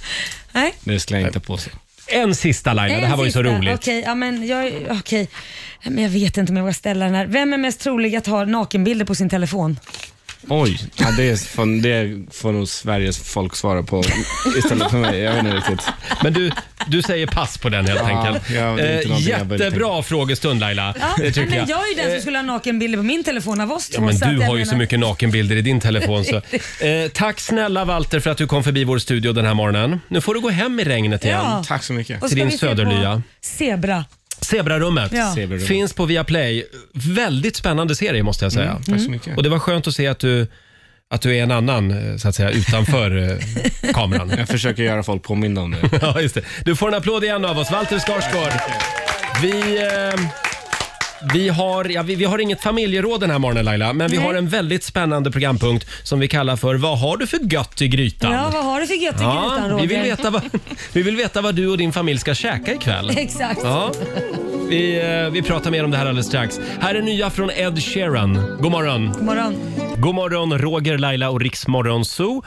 Nej.
Det skulle jag inte påstå.
En sista Laila, det här
En
var ju så
sista.
roligt.
Okej, ja, men jag, okej. men jag vet inte om jag vågar ställa den här. Vem är mest trolig att ha nakenbilder på sin telefon?
Oj, ja, det, får, det får nog Sveriges folk svara på istället för mig. Jag vet inte riktigt.
Men du, du säger pass på den helt
Ja,
enkelt.
ja, det är inte
eh,
någonting jag började
jättebra frågestund Laila.
Ja,
det
nej,
tycker
men
jag. Eh,
jag är ju den som skulle ha nakenbilder på min telefon av oss
Ja,
två.
men
så att
du
jag
har ju
menar-
så mycket nakenbilder i din telefon.
*laughs*
Så. Eh, tack snälla Walter för att du kom förbi vår studio den här morgonen. Nu får du gå hem i regnet igen.
Ja.
Tack så mycket.
Och
till
ska
din
vi se på
söderlya.
Zebra.
Zebrarummet
Ja.
Zebrarummet.
finns på Viaplay. Väldigt spännande serie måste jag säga.
Mm, Tack
Mm.
så mycket.
Och det var skönt att se att du, att du är en annan eh, så att säga, utanför
*laughs*
eh, kameran.
Jag försöker göra folk påminna om det.
*laughs* Ja, just det. Du får en applåd igen av oss, Walter Skarsgård. Vi, eh, vi, har, ja, vi, vi har inget familjeråd den här morgonen Laila, men vi
Nej.
har en väldigt spännande programpunkt som vi kallar för Vad har du för gött i grytan?
Ja, vad har du för gött i
Ja,
grytan Roger?
vi, vill veta
*laughs*
vad, vi vill veta vad du och din familj ska käka ikväll.
Exakt.
Ja. Vi, eh, vi pratar mer om det här alldeles strax. Här är nya från Ed Sheeran. God morgon!
God morgon.
God morgon, Roger, Laila och Riksmorgon Zoo.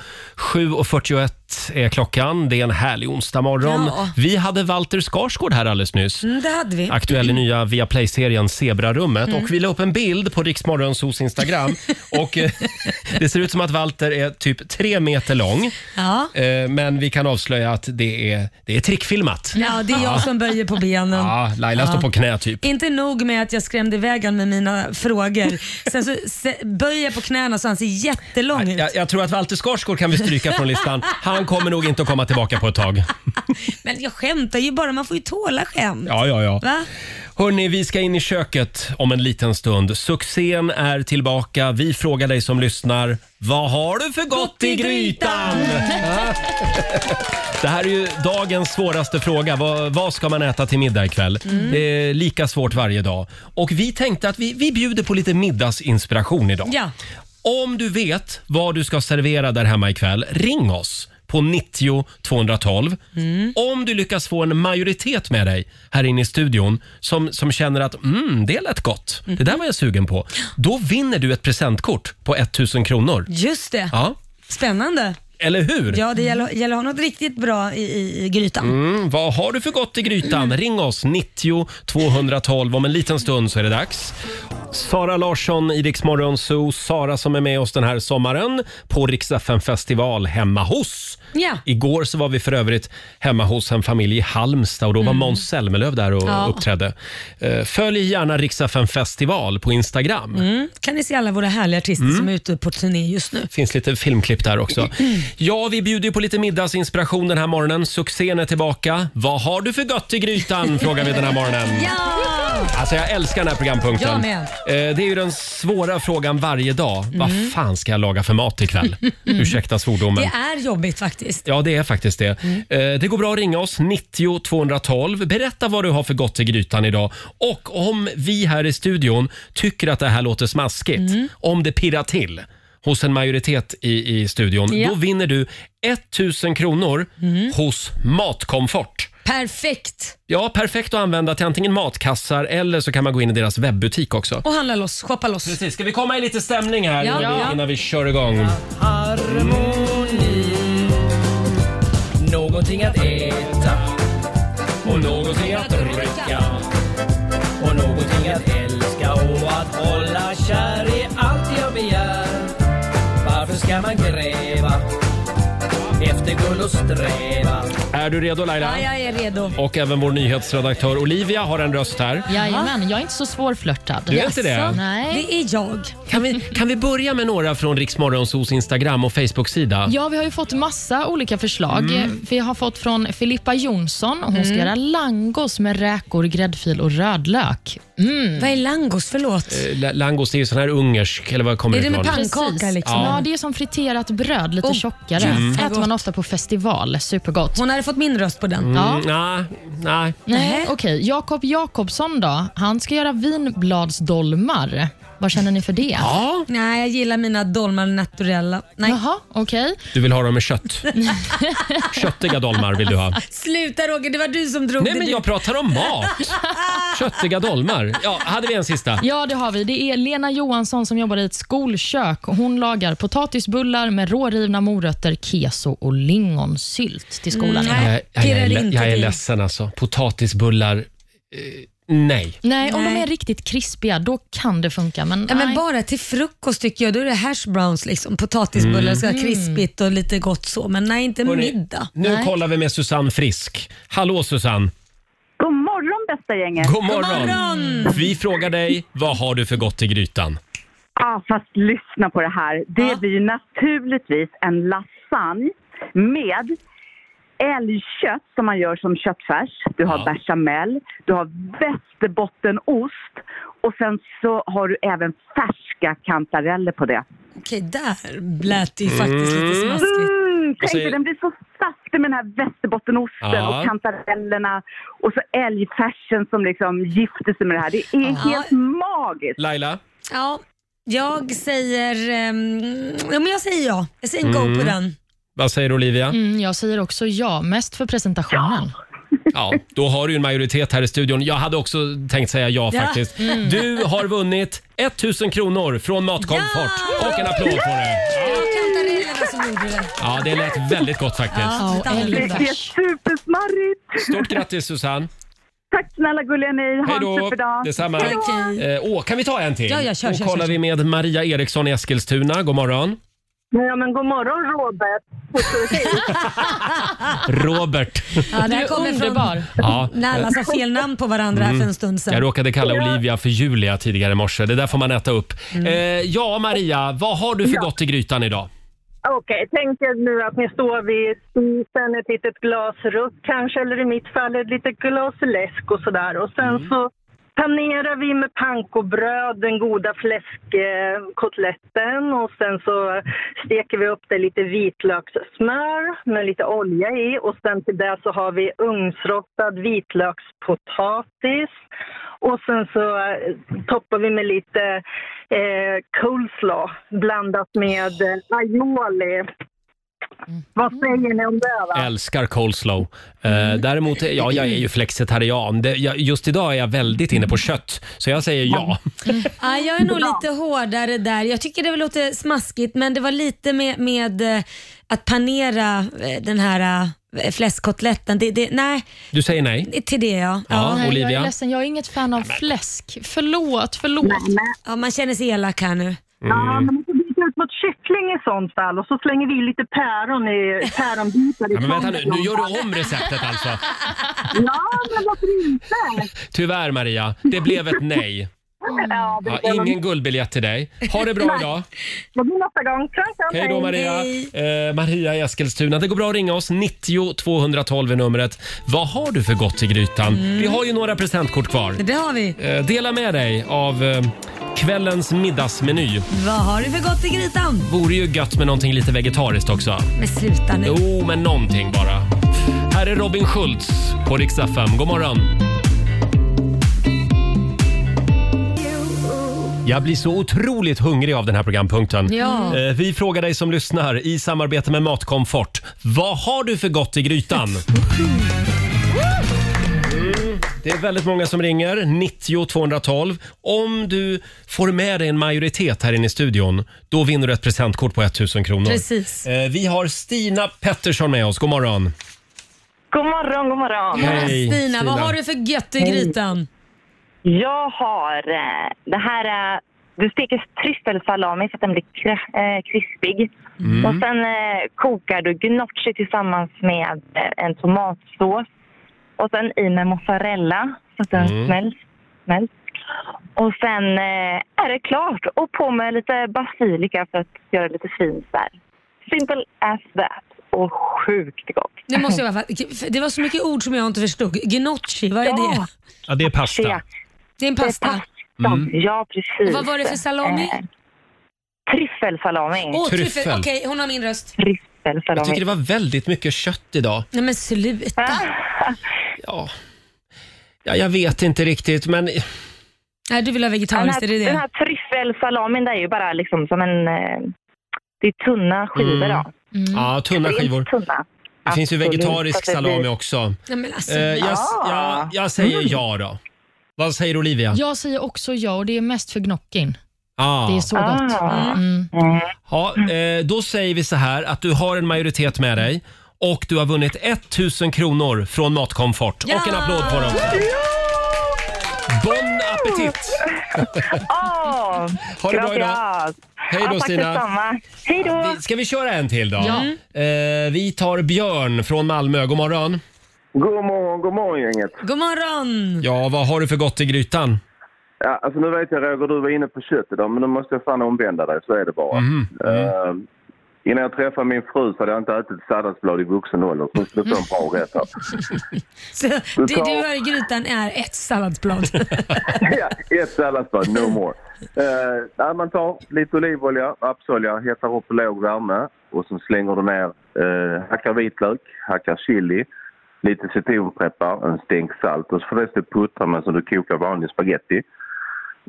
7.41 är klockan. Det är en härlig onsdag morgon.
Ja.
Vi hade Walter Skarsgård här alldeles nyss.
Mm, det Mm. hade vi.
Aktuell i nya Viaplay-serien Zebrarummet. Och vi la upp en bild på Riksmorgon Zoos
*laughs*
Instagram. och eh, *laughs* det ser ut som att Walter är typ tre meter lång.
Ja.
Eh, Men vi kan avslöja att det är, det är trickfilmat.
ja, det är jag som böjer på benen.
Ja, Laila står på knä typ.
Inte nog med att jag skrämde iväg honom med mina frågor. Sen så se- böjer jag på knäna så han ser jättelång ut.
Jag, jag tror att Walter Skarsgård kan vi stryka från
*laughs*
listan. Han kommer nog inte att komma tillbaka på ett tag.
Men jag skämtar ju bara, man får ju tåla skämt.
Ja, ja, ja.
Va?
Hörni, vi ska in i köket om en liten stund. Succén är tillbaka. Vi frågar dig som lyssnar. Vad har du för gott i grytan? Det här är ju dagens svåraste fråga. Vad, vad ska man äta till middag ikväll?
Mm.
Det är lika svårt varje dag. Och vi tänkte att vi, vi bjuder på lite middagsinspiration idag.
Ja.
Om du vet vad du ska servera där hemma ikväll, ring oss på 90 212.
Mm.
Om du lyckas få en majoritet med dig här inne i studion som, som känner att mm, det lät gott, det
Mm.
där var jag sugen på. Då vinner du ett presentkort på 1000 kronor.
Just det.
Ja,
Spännande.
eller hur?
Ja, det gäller, gäller att ha något riktigt bra i, i, i grytan. Mm.
Mm, vad har du för gott i grytan? Ring oss, 90 212. Om en liten stund så är det dags. Sara Larsson i Rix Morgon Zoo. Sara som är med oss den här sommaren på Rix FM festival hemma hos.
Ja.
Igår så var vi för övrigt hemma hos en familj i Halmstad och då var Måns Zelmerlöw där och
Mm. Ja.
uppträdde. Eh, Följ gärna Rix FM festival på Instagram.
Mm. Kan ni se alla våra härliga artister
Mm.
som är ute på turné just nu?
finns lite filmklipp där också.
Mm.
Ja, vi bjuder ju på lite middagsinspiration den här morgonen. Succén är tillbaka. Vad har du för gött i
*laughs*
grytan? Frågar vi den här morgonen.
Ja!
Alltså jag älskar den här programpunkten.
Jag med.
Eh, Det är ju den svåra frågan varje dag.
Mm.
Vad fan ska jag laga för mat
*laughs*
ikväll? Ursäkta svordomen.
Det är jobbigt faktiskt.
Ja, det är faktiskt det. Eh, Det går bra att ringa oss, 90 212. Berätta vad du har för gott i grytan idag. Och om vi här i studion tycker att det här låter smaskigt, om det pirrar till hos en majoritet i, i studion,
Ja.
då vinner du 1000 kronor hos Matkomfort.
Perfekt!
Ja, perfekt att använda till antingen matkassar eller så kan man gå in i deras webbutik också.
Och handla loss, shoppa loss.
Precis, ska vi komma i lite stämning här
Ja.
innan,
Ja.
vi, innan vi kör igång?
Harmoni Någonting att äta och någonting att dricka och någonting att älska Att hålla kär är allt jag begär Varför ska man gräva efter guld och sträva?
Är du redo Laila?
jag är redo.
Och även vår nyhetsredaktör Olivia har en röst här.
Jajamän, jag är inte så svårflörtad.
Du är inte det?
Jaså? Nej.
Det är jag.
Kan vi, kan vi börja med några från Riksmorgonsos Instagram och Facebook-sida?
Ja, vi har ju fått massa olika förslag.
Mm.
Vi har fått från Filippa Jonsson. Hon
Mm.
ska göra langos med räkor, gräddfil och rödlök. Mm.
Vad är langos? Förlåt.
L- Eh, Langos, det är ju sån här ungersk, eller vad kommer
Är det med
ifrån?
pan- Pannkaka,
Precis.
liksom.
Ja. det är som friterat bröd, lite
Oh,
tjockare.
gud, vad
Äter man
gott.
ofta på festival. Supergott.
Hon hade fått min röst på den.
Ja.
Mm. Nej, nej.
Nej, okej. Jakob Jakobsson då? Han ska göra vinbladsdolmar. Vad känner ni för det?
Ja,
Nej, *laughs* jag gillar mina dolmar naturella. Nej,
Jaha,
*laughs*
okej.
du vill ha dem med kött. Köttiga dolmar vill du
*laughs*
ha.
sluta Roger. Det var du som drog
Nej,
det
men
dit.
jag pratar om
*laughs*
mat. Köttiga dolmar. Ja, hade vi en sista?
*laughs*
mm,
Ja, det har vi. Det är Lena Johansson som jobbar i ett skolkök. Hon lagar potatisbullar med rårivna morötter, keso och lingonsylt till
Mm.
skolan.
Nej.
Jag,
idag.
jag, jag,
pirrar
är le-
inte
jag är
till.
ledsen alltså. Potatisbullar, eh, nej.
Nej, om de
Nej.
är riktigt krispiga, då kan det funka. Men,
Ja, men
nej.
bara till frukost tycker jag, då är det hash browns, liksom. potatisbullar, ska
Mm.
vara krispigt och lite gott så. Men nej, inte
Mm. Hörrni,
middag.
Nu
Nej.
kollar vi med Susanne Frisk. Hallå Susanne!
God morgon bästa gänget.
God morgon! Vi frågar dig, vad har du för gott i grytan?
Ah, fast lyssna på det här. Det
Ja.
blir ju naturligtvis en lasagne med älgkött som man gör som köttfärs. Du har
Ja.
bechamel, du har västerbottenost och sen så har du även färska kantareller på det.
Okej, där lät det ju faktiskt lite smaskigt.
Mm, tänk
säger-
dig, den blir så saftig med den här västerbottenosten
Ja.
och kantarellerna och så älgfärsen som liksom gifter sig med det här. Det är helt magiskt!
Laila?
Ja, jag säger... ehm, ja, men jag säger ja. Jag säger go på den.
Mm. Vad säger Olivia?
Mm, jag säger också ja, mest för presentationen.
Ja, då har du ju en majoritet här i studion. Jag hade också tänkt säga ja,
Ja. Mm.
faktiskt. Du har vunnit 1000 kronor från Matkomfort.
Ja!
Och en applåd på dig.
Det var kantarellerna som gjorde det.
Ja, det lät väldigt gott faktiskt.
Ja, och
Det är
älgbärs.
supersmarrigt!
Stort grattis Susanne.
Tack snälla gulliga ni, ha
Hej
en
då.
superdag!
Detsamma.
Okej.
Eh, åh, kan vi ta en till?
Ja, ja, kör,
Då
kör,
kollar
kör,
vi
kör.
med Maria Eriksson i Eskilstuna. God morgon.
Ja, men god morgon Robert!
Robert.
Ja, det
Du
här
är
kommer från
underbar.
Ja, Mm.
när alla sa fel namn på varandra här för en stund
jag
sedan.
råkade kalla Olivia för Julia tidigare i morse. Det där får man äta upp.
Mm.
Eh, ja, Maria, vad har du för gott i grytan idag?
Okej, tänk er nu att ni står vid spisen, ett litet glas rött kanske, eller i mitt fall ett litet glas läsk och sådär. Och sen så panerar vi med pankobröd den goda fläskkotletten och sen så steker vi upp det i lite vitlökssmör med lite olja i och sen till det så har vi ugnsrostad vitlökspotatis och sen så eh, toppar vi med lite eh, coleslaw blandat med eh, aioli. Vad säger ni om det? Va?
Älskar coleslaw. Eh, Däremot, ja, jag är ju flexitarian. Det, jag, just idag är jag väldigt inne på kött, så jag säger ja.
*laughs* Ja, jag är nog lite hårdare där. Jag tycker det låter smaskigt men det var lite med, med eh, att panera eh, den här eh, fläskkotletten. Det, det, nej,
Du säger nej?
till det ja.
Ja.
ja.
Nej, jag
Olivia?
är ledsen, jag är inget fan av fläsk. Förlåt, förlåt.
ja man känner sig elak här nu.
Ja, men vi byter ut mot kyckling i sånt fall och så slänger vi lite päron i päronbitar i
Ja, men vänta nu,
sånt.
nu gör du om receptet alltså.
Ja, men varför inte?
Tyvärr Maria, det blev ett nej.
Ja, det
Ja,
är
ingen guldbiljett till dig. Ha det bra idag.
Det blir nästa gång. Kram, kram,
Hej då Maria. Eh, Maria i Eskilstuna. Det går bra att ringa oss. 90 212 är numret. Vad har du för gott i grytan? Vi har ju några presentkort kvar.
Det har vi.
Eh, dela med dig av eh, kvällens middagsmeny.
Vad har du för gott i grytan?
Vore ju gött med någonting lite vegetariskt också.
Men sluta nu.
Jo, men någonting bara. Här är Robin Schultz på Rix FM. God morgon! Jag blir så otroligt hungrig av den här programpunkten.
Ja.
Eh, Vi frågar dig som lyssnar i samarbete med Matkomfort. Vad har du för gott i grytan? Mm, det är väldigt många som ringer, 90 212. Om du får med dig en majoritet här inne i studion, då vinner du ett presentkort på 1000 kronor.
Precis.
Eh, Vi har Stina Pettersson med oss. God morgon.
God morgon, god morgon.
Stina, vad har du för gött i grytan?
Jag har... eh, Det här är... Du steker tryffelsalami så att den blir kra- eh, krispig.
Mm.
Och sen eh, kokar du gnocchi tillsammans med eh, en tomatsås. Och sen i med mozzarella så att den
Mm.
smälts. smälts. Och sen eh, är det klart. Och på med lite basilika för att göra det lite fint där. Simple as that. Och sjukt gott.
Nu måste jag bara, för det var så mycket ord som jag inte förstod. Gnocchi, vad är det?
Ja, det är pasta.
Det är en pasta.
Mm.
Ja, precis.
Och vad var det för salami?
Eh, Tryffelsalami.
Åh, tryffel.
Tryffel.
Okej, hon har min röst.
Jag tycker det var väldigt mycket kött idag.
Nej men sluta.
Ja. Ja, jag vet inte riktigt, men...
Nej, du vill ha vegetariskt, är det
Den
det?
här tryffelsalamin där är ju bara liksom som en... eh, Det är tunna skivor
Mm.
då.
Ja, tunna
Extremt
skivor.
Tunna.
Det finns ju
Absolut, så
vegetarisk
att det
salami
blir-
också.
Nej, men alltså,
Eh, jag, s-
ja.
ja, jag säger ja då. Vad säger Olivia?
Jag säger också ja och det är mest för gnockin.
Ah.
Det är så gott. Mm.
Ja, eh, då säger vi så här att du har en majoritet med dig och du har vunnit 1000 kronor från Matkomfort. Och en applåd på dem. Bon
*laughs*
appetit!
Åh,
Ha det bra idag.
gracias.
Hej då,
ja, tack
Stina.
detsamma. Hej då.
Ska vi köra en till då?
Ja.
Eh, vi tar Björn från Malmö. God morgon.
God morgon, god morgon gänget.
God morgon!
Ja, vad har du för gott i grytan?
Ja, alltså nu vet jag Roger, du var inne på kött idag, men nu måste jag fan omvända dig. Så är det bara.
Mhm,
Eh, innan jag träffade min fru så hade jag inte ätit salladsblad i vuxen ålder. Så nu skulle jag få en
*laughs*
bra rätt här.
Så, det du har i grytan är ett salladsblad.
ja, ett salladsblad, no more. Eh, nej, man tar lite olivolja, rapsolja, hettar upp på låg värme och sen slänger du ner, eh, hackar vitlök, hackar chili, lite citronpeppar, en stänk salt och så får det stå och puttra medan du kokar vanlig spaghetti.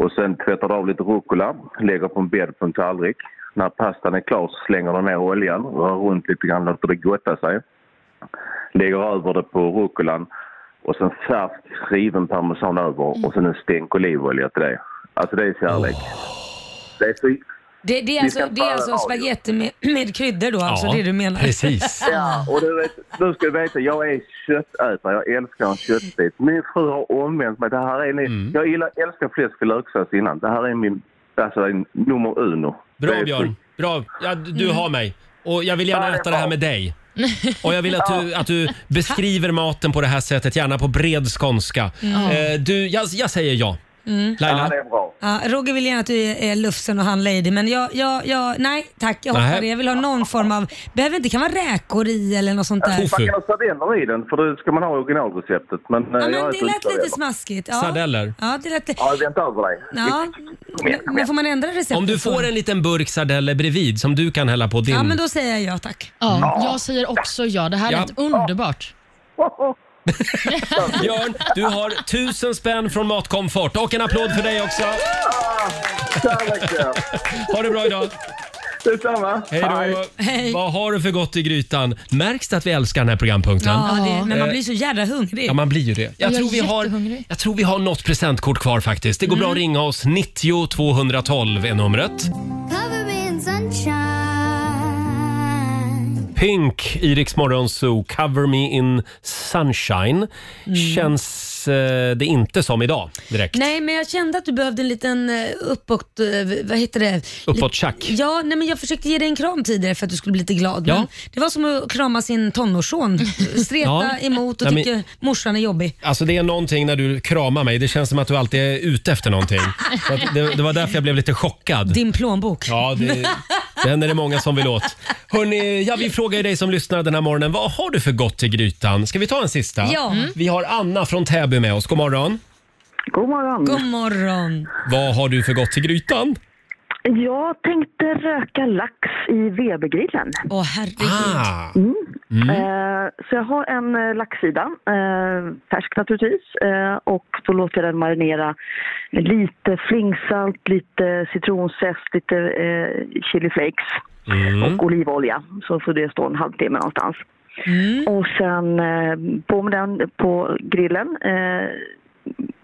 Och sen tvättar du av lite rucola, lägger på en bädd på en tallrik. När pastan är klar så slänger du ner oljan, rör runt lite grann, låter det gotta sig. Lägger över det på rucolan och sen färsk riven parmesan över och sen en stänk olivolja till det. Alltså det är kärlek. Det är så...
Det, det
Vi
är alltså,
ska
det är
ta
alltså
radio.
spagetti med, med kryddor då, alltså det du menar?
*laughs*
*laughs*
ja, och du vet, nu ska du veta, jag är köttätare. Jag älskar en köttbit. Min fru har omvänt mig. Det här är min,
Mm.
Jag gillar, älskar fläsk och löksås innan. Det här är min, alltså en nummer uno.
Bra
Det är-
Björn. Bra. Ja, d- du
Mm.
har mig. Och jag vill gärna
Ja, det är
äta det här
bra.
med dig. Och jag vill att du, att du beskriver maten på det här sättet, gärna på bred skånska.
Mm.
Eh, du, jag, jag säger ja.
Mm.
Laila?
Ja, Roger vill gärna att du är, är lufsen och han lady, men jag, jag, jag, nej tack, jag
Nej.
hoppar det. Jag vill ha någon form av, behöver inte, det kan vara räkor i eller något sånt där.
Man kan ha sardeller i den, för då ska man ha originalreceptet. Men, eh, ja,
Ja, men det lät lite smaskigt. Ja. Ja, det lät lite...
Ja, vänta över dig.
Ja, men, men får man ändra receptet?
Om du
så?
får en liten burk sardeller bredvid som du kan hälla på din...
Ja, men då säger jag ja tack.
Ja, jag säger också ja. Det här
Ja.
är ett underbart.
Björn, du har tusen spänn från Matkomfort och en applåd för dig också. Ha det bra idag.
Detsamma.
Hej då. Vad har du för gott i grytan? Märks det att vi älskar den här programpunkten?
Ja, det, men man
Eh,
blir så jädra hungrig.
Ja, man blir ju det. Jag,
Jag är
tror vi har, jag tror vi har något presentkort kvar faktiskt. Det går bra att
Mm.
ringa oss. 90 212 är numret. Pink i Rix Morgon Zoo, Cover Me In Sunshine.
Mm.
Känns eh, det inte som idag direkt.
Nej, men jag kände att du behövde en liten eh, uppåt... eh, Vad heter det?
Uppåt tjack.
Ja, nej, men jag försökte ge dig en kram tidigare för att du skulle bli lite glad.
Ja.
Men det var som att krama sin tonårsson. Streta
Ja.
emot och
Nej, men-
tycker morsan är jobbig.
Alltså det är någonting när du kramar mig. Det känns som att du alltid är ute efter någonting. Så att det, det var därför jag blev lite chockad.
Din plånbok.
Ja, det, den är det många som vill åt. Hörrni, ja, vi frågar ju dig som lyssnar den här morgonen. Vad har du för gott i grytan? Ska vi ta en sista?
Ja. Mm.
Vi har Anna från Täby med oss. God morgon.
God morgon.
God morgon.
Vad har du för gott i grytan?
Jag tänkte röka lax i Webergrillen.
Åh herregud.
Ah.
Mm.
Mm.
Eh, så jag har en eh, laxsida, eh, färsk naturligtvis, eh, och då låter jag den marinera med lite flingsalt, lite citronzest, lite eh, chili flakes
Mm.
och olivolja. Så får det stå en halvtimme någonstans.
Mm.
Och sen eh, på med den på grillen. Eh,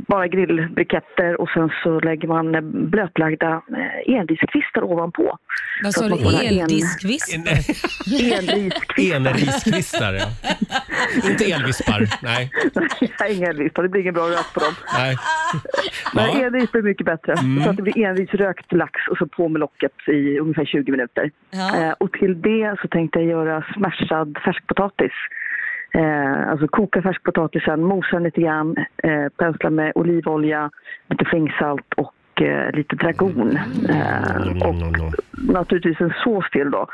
bara grillbriketter och sen så lägger man eh, blötlagda eh, eldiskvistar ovanpå.
Vad
Så
sa
att
du?
man får den här en-
Eldiskvisp?
Enriskvistar. *laughs*
Enriskvistar, ja. Inte elvispar, nej.
Nej, inga elvispar. Det blir ingen bra rök på dem.
nej.
Nej, envis blir mycket bättre. Så att det blir envis rökt lax och så på med locket i ungefär 20 minuter.
Ja.
Eh, och till det så tänkte jag göra smashad färskpotatis. Eh, alltså koka färskpotatisen, mosa den lite grann, eh, pensla med olivolja, lite flingsalt och eh, lite dragon. Eh, och naturligtvis en sås till då,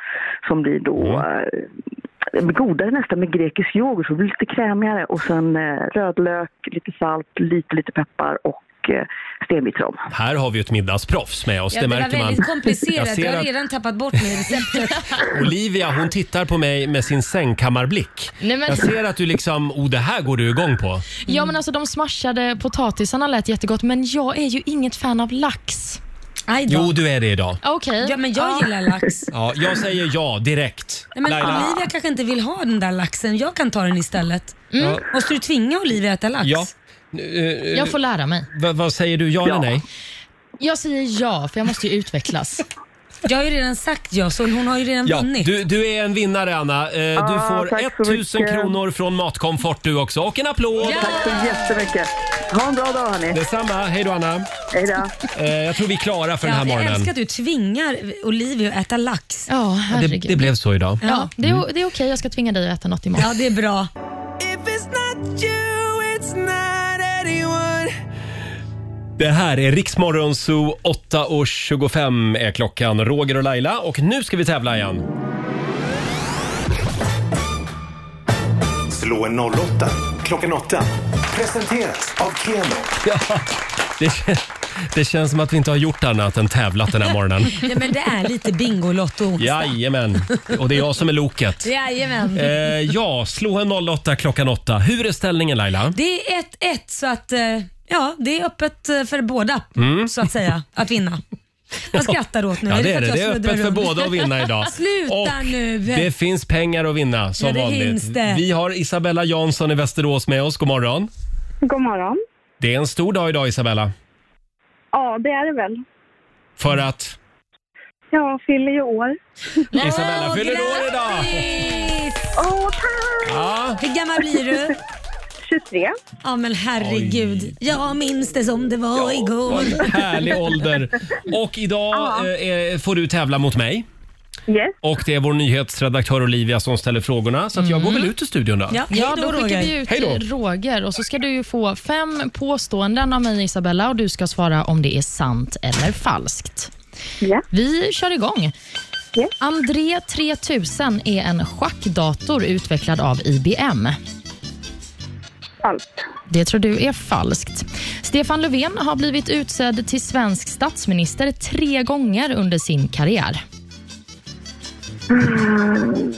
som blir då eh, godare nästan med grekisk yoghurt, så det blir lite krämigare. Och sen eh, rödlök, lite salt, lite, lite peppar och eh, stenbitsrom.
Här har vi ju ett middagsproffs med oss,
Ja,
det
var
märker man.
väldigt komplicerat.
Jag
Jag,
ser
har
att
redan tappat bort mig i
*laughs*
receptet.
Olivia, hon tittar på mig med sin sängkammarblick.
Nej, men-
Jag ser att du liksom, oh det här går du igång på.
Ja, men alltså de smashade potatisarna lät jättegott, men jag är ju inget fan av lax.
Jo, du är det idag.
Okej.
Ja, men jag gillar lax.
Ja, jag säger ja direkt.
Nej, men
Laila.
Olivia kanske inte vill ha den där laxen. Jag kan ta den istället.
Mm. Ja.
Måste du tvinga Olivia att äta lax?
Ja. Eh,
Jag får lära mig.
vad- vad säger du, ja, eller nej?
Jag säger ja, för jag måste ju utvecklas.
*laughs* Jag har ju redan sagt ja, så hon har ju redan
Ja,
vunnit.
du, du är en vinnare Anna. Eh, Du
Ah,
får
tack så
1000
mycket.
kronor från Matkomfort du också. Och en applåd!
Tack så jättemycket. Ha en bra dag hörni.
Detsamma. Hej då Anna.
Hej då.
Eh, Jag tror vi är klara för den här
jag älskar
morgonen.
att du tvingar Olivia att äta lax.
Ja,
Det, det blev så idag.
Ja, det är, det är okej. Jag ska tvinga dig att äta något imorgon.
Ja, det är bra.
Det här är Riksmorgon Zoo, 8.25 är klockan. Roger och Laila och nu ska vi tävla igen.
Slå en 08 klockan 8. Presenteras av Keno.
Det, kän- det känns som att vi inte har gjort annat än tävlat den här morgonen.
Nej, men *laughs* det är lite Bingolotto.
Jajamän, och det är jag som är loket.
Jajamän.
Eh, ja, slå en 08 klockan 8. Hur är ställningen Laila?
Det är 1-1 så att eh, ja, det är öppet eh, för båda
Mm.
så att säga
*laughs*
att vinna. Vad skrattar du åt nu?
Ja, det är
för
det.
att
Det
jag
är
snuddar
öppet för
runt?
båda att vinna idag.
*laughs* Sluta nu!
Det finns pengar att vinna som
Ja, det
vanligt.
finns det.
Vi har Isabella Jansson i Västerås med oss. God morgon.
God morgon.
Det är en stor dag idag Isabella.
Ja, det är det väl.
För att
Jag fyller ju år.
Isabella fyller år idag.
Åh, tack!
Ja.
Hur gammal blir du?
23.
Ja men herregud. Jag minns det som det var igår.
Härlig ålder. Och idag eh, eh, får du tävla mot mig.
Yes.
Och det är vår nyhetsredaktör Olivia som ställer frågorna. Så att jag går väl ut i studion då.
Mm. Ja, då skickar vi ut
Hej då.
Roger och så ska du ju få fem påståenden av mig Isabella och du ska svara om det är sant eller falskt. Vi kör igång. André 3000 är en schackdator utvecklad av IBM. Falskt. Det tror du är falskt. Stefan Löfven har blivit utsedd till svensk statsminister tre gånger under sin karriär.
Mm,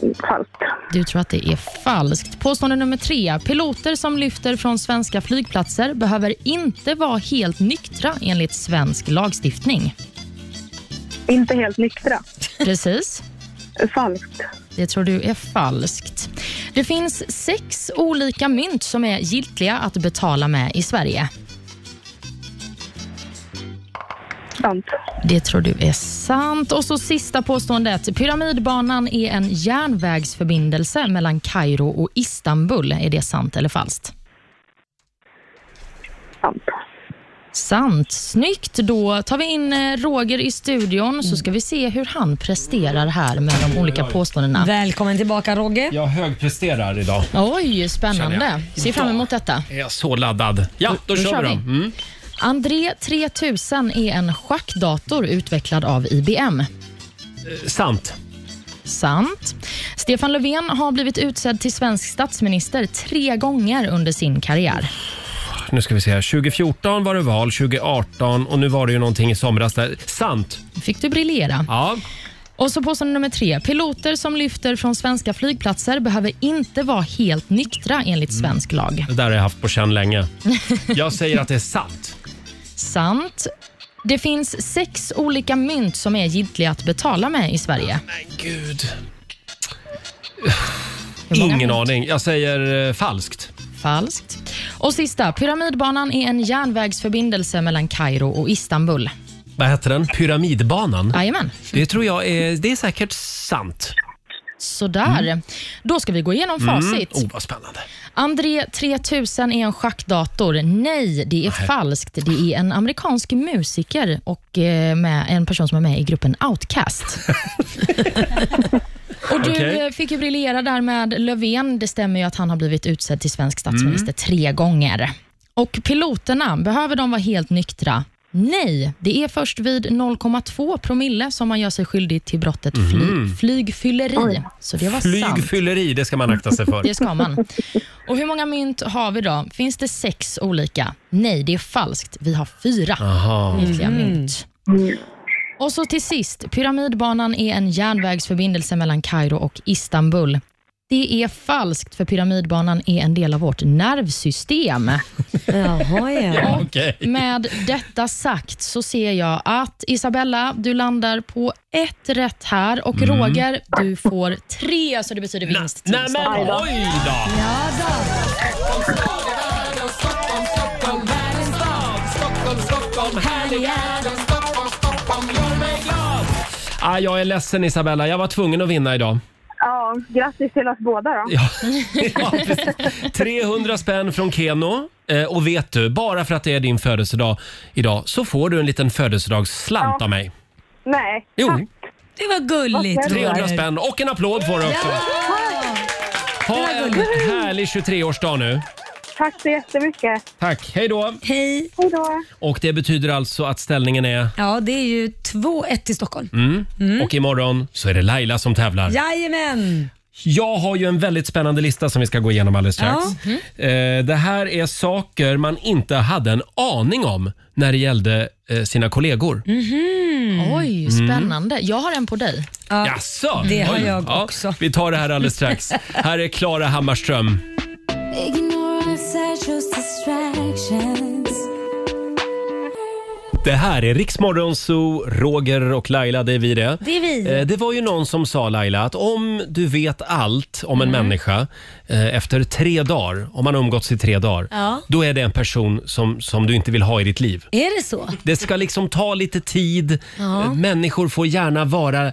Falskt. Du tror att det är falskt. Påstående nummer tre. Piloter som lyfter från svenska flygplatser behöver inte vara helt nyktra enligt svensk lagstiftning.
Inte helt nyktra.
Precis. Falskt. Det tror du är falskt. Det finns sex olika mynt som är giltiga att betala med i Sverige. Sant. Det tror du är sant. Och så sista påståendet. Pyramidbanan är en järnvägsförbindelse mellan Kairo och Istanbul. Är det sant eller falskt? Sant. Snyggt. Då tar vi in eh, Roger i studion så ska vi se hur han presterar här med de olika påståendena.
Välkommen tillbaka Roger.
Jag högpresterar idag.
Oj,
Känner
spännande. Ser fram emot detta.
Är jag så laddad? Ja, då, kör, vi då. Mm.
André 3000 är en schackdator utvecklad av IBM.
Eh, Sant.
Sant. Stefan Löfven har blivit utsedd till svensk statsminister tre gånger under sin karriär.
Nu ska vi se här. 2014 var det val, 2018 och nu var det ju någonting i somras där. Sant.
Fick du briljera?
Ja.
Och så påstående nummer tre. Piloter som lyfter från svenska flygplatser behöver inte vara helt nyktra enligt
Mm.
svensk lag.
Det där har jag haft på känn
*laughs*
länge. Jag säger att det är sant.
Sant. Det finns sex olika mynt som är giltiga att betala med i Sverige.
Gud.
Hur många
Ingen
mynt?
aning. Jag säger eh, falskt.
Falskt. Och sista. Pyramidbanan är en järnvägsförbindelse mellan Kairo och Istanbul.
Vad heter den? Pyramidbanan?
Jajamän.
Det tror jag är, det är säkert sant.
Sådär. Då ska vi gå igenom facit.
Mm. Oh, vad spännande.
André 3000 är en schackdator. Nej, det är falskt. Det är en amerikansk musiker och eh, med en person som är med i gruppen Outcast. och du
Okej.
eh, fick ju briljera där med Löfven. Det stämmer ju att han har blivit utsedd till svensk statsminister tre gånger. Och piloterna, behöver de vara helt nyktra? Nej, det är först vid 0,2 promille som man gör sig skyldig till brottet fly,
Mhm.
flygfylleri. Så det var sant.
Flygfylleri, det ska man akta sig för.
*laughs* Det ska man. Och hur många mynt har vi då? Finns det sex olika? Nej, det är falskt. Vi har fyra
Aha.
riktiga
Mm.
mynt. Och så till sist, Pyramidbanan är en järnvägsförbindelse mellan Kairo och Istanbul. Det är falskt, för Pyramidbanan är en del av vårt
*laughs*
nervsystem.
Jaha,
Ja,
Och
okej.
Med detta sagt så ser jag att Isabella, du landar på ett rätt här och
Mm.
Roger, du får tre, så det betyder vinst. till
Nej men
Stockholm.
oj då! Ah, jag är ledsen Isabella, jag var tvungen att vinna idag.
Ja, grattis till oss båda då.
Ja. 300 spänn från Keno. Eh, och vet du, bara för att det är din födelsedag idag så får du en liten födelsedagsslant av mig.
Nej.
Jo,
Det var gulligt.
300
Roger.
spänn och en applåd får du också. Ha en härlig 23-årsdag nu.
Tack så jättemycket.
Tack, hej då.
Hej.
Hej då.
Och det betyder alltså att ställningen är...
Ja, det är ju 2-1 till Stockholm.
Mm. Och imorgon så är det Laila som tävlar.
Jajamän!
Jag har ju en väldigt spännande lista som vi ska gå igenom alldeles strax.
Ja.
Eh, Det här är saker man inte hade en aning om när det gällde eh, sina kollegor.
Mhm.
Oj,
Mm.
spännande. Jag har en på dig.
Jaså?
det har
Oj.
jag
Ja, Vi tar det här alldeles strax. här är Klara Hammarström. Det här är Riksmorgon Zoo, Roger och Laila, det är vi det.
Det är vi.
Eh, Det var ju någon som sa Laila att om du vet allt om en människa eh, efter tre dagar, om man har umgåtts i tre dagar,
Ja.
då är det en person som, som du inte vill ha i ditt liv.
Är det så?
Det ska liksom ta lite tid.
Ja.
Eh, Människor får gärna vara eh,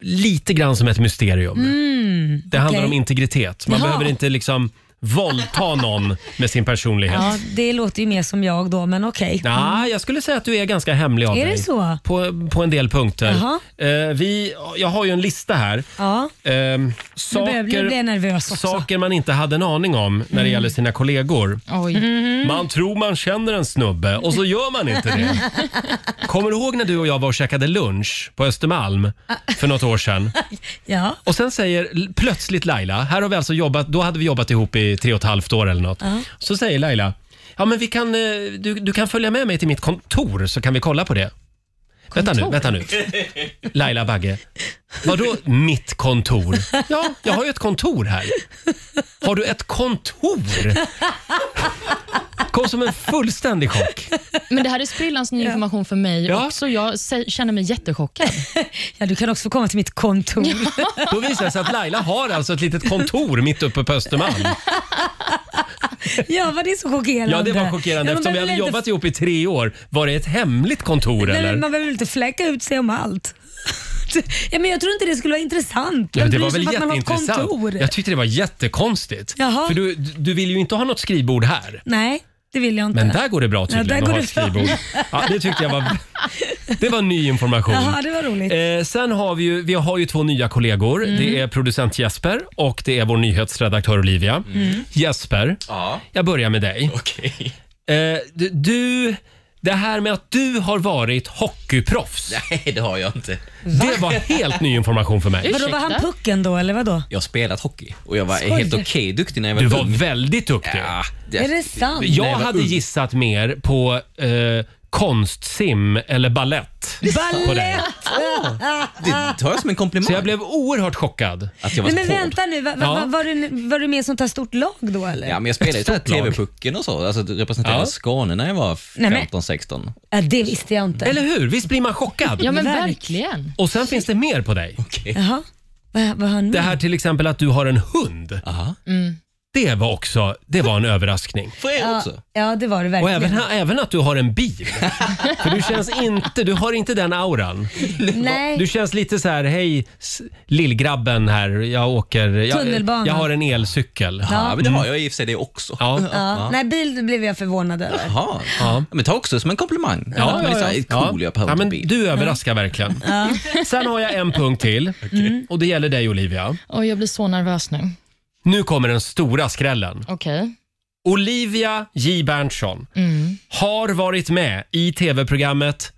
lite grann som ett mysterium.
Mm,
Det handlar
okej.
om integritet. Man
Ja.
behöver inte liksom våldta någon med sin personlighet.
Ja, det låter ju mer som jag då, men okej.
Ja, jag skulle säga att du är ganska hemlig av
Är
dig.
det så?
På, på en del punkter.
Jaha.
Eh, vi, jag har ju en lista här.
Ja.
Ehm,
Nu börjar jag bli- bli
saker,
nervös också. Mm.
saker man inte hade en aning om när det gäller sina kollegor. Man tror man känner en snubbe och så gör man inte det. Kommer du ihåg när du och jag var och käkade lunch på Östermalm för något år sedan?
*laughs* Ja.
Och sen säger l- plötsligt Laila, här har vi alltså jobbat, då hade vi jobbat ihop i tre och ett halvt år eller något.
Ja.
Så säger Laila, ja men vi kan, eh, du, du kan följa med mig till mitt kontor så kan vi kolla på det. Vänta nu,
Kontor?
vänta nu. Laila Bagge, vadå mitt kontor? Ja, jag har ju ett kontor här. Har du ett kontor? Kom som en fullständig chock.
Men det här är sprillans ny information för mig
Ja.
också. Jag sä- känner mig jättechockad.
*laughs* ja, du kan också få komma till mitt kontor.
Då visar det sig att Laila har alltså ett litet kontor mitt uppe på
*laughs*
Östermalm.
Ja, var det så chockerande?
Ja, det var chockerande.
Ja, man
Eftersom vi hade
behöver
jobbat ihop i tre år, var det ett hemligt kontor
inte,
eller?
Nej, men Man behöver inte fläcka ut sig om allt. *laughs* ja, men jag tror inte det skulle vara intressant.
Ja, men det
Vem bryr
var
sig
väl
för att man har ett
jätteintressant.
kontor?
Jag tyckte det var jättekonstigt.
Jaha.
För du, du vill ju inte ha något skrivbord här.
Nej, det vill jag inte.
Men där går det bra tydligen
där
att
går
ha
det
ett
bra.
skrivbord. *laughs* Ja, det tyckte jag
*laughs*
var... Det var ny information.
Jaha, det var roligt.
Eh, sen har vi ju, vi har ju två nya kollegor.
Mm.
Det är producent Jesper och det är vår nyhetsredaktör Olivia.
Mm.
Jesper, jag börjar med dig. Eh, du- du, det här med att du har varit hockeyproffs.
Nej, det har jag inte.
Det var helt ny information för mig.
Vadå, var han pucken då eller vadå?
Jag har spelat hockey och jag var
Skojar.
helt okej duktig när jag var
Du
ung.
var väldigt duktig.
Ja,
Är det sant?
Jag
Nej, vad
hade
ung.
gissat mer på eh, konstsim eller ballett. På dig.
Balett! *laughs*
Det tar jag som en komplimang. Så jag blev oerhört chockad.
Att
Nej, men vänta nu, va, va,
Ja.
va, var, du, var du med i sånt här stort lag då eller?
Ja, men jag spelade ju så här TV-pucken och så. Alltså representerade
Ja.
Skåne när jag var
Nej, men-
15-16.
Ja, det visste jag inte.
Eller hur? Visst blir man chockad?
Ja, men verkligen.
Och sen finns det mer på dig.
Jaha, vad, vad har han
Det
med?
här till exempel att du har en hund.
Aha.
Mm.
Det var också det var en överraskning.
ja, ja, det var det
Och
verkligen.
även, även att du har
*laughs*
en bil. För du känns inte, du har inte den auran.
Nej.
Du känns lite så här, hej s- lillgrabben här, jag åker, jag,
Tunnelbanan.
jag har en elcykel.
Ja, men det har
jag i och för sig det också. Ja.
Ja. Nej, bil blev jag förvånad över.
Jaha. Men ta också som en komplimang.
Ja,
men
ja,
liksom,
ja.
Cool, jag behöver
Ja,
inte
men
bil.
du överraskar
*laughs*
verkligen.
Ja.
Sen har jag en punkt till
Mm.
och det gäller dig Olivia.
Oj, jag blir så nervös nu.
Nu kommer den stora skrällen.
Okej.
Olivia J Berntsson
Mm.
har varit med i tv-programmet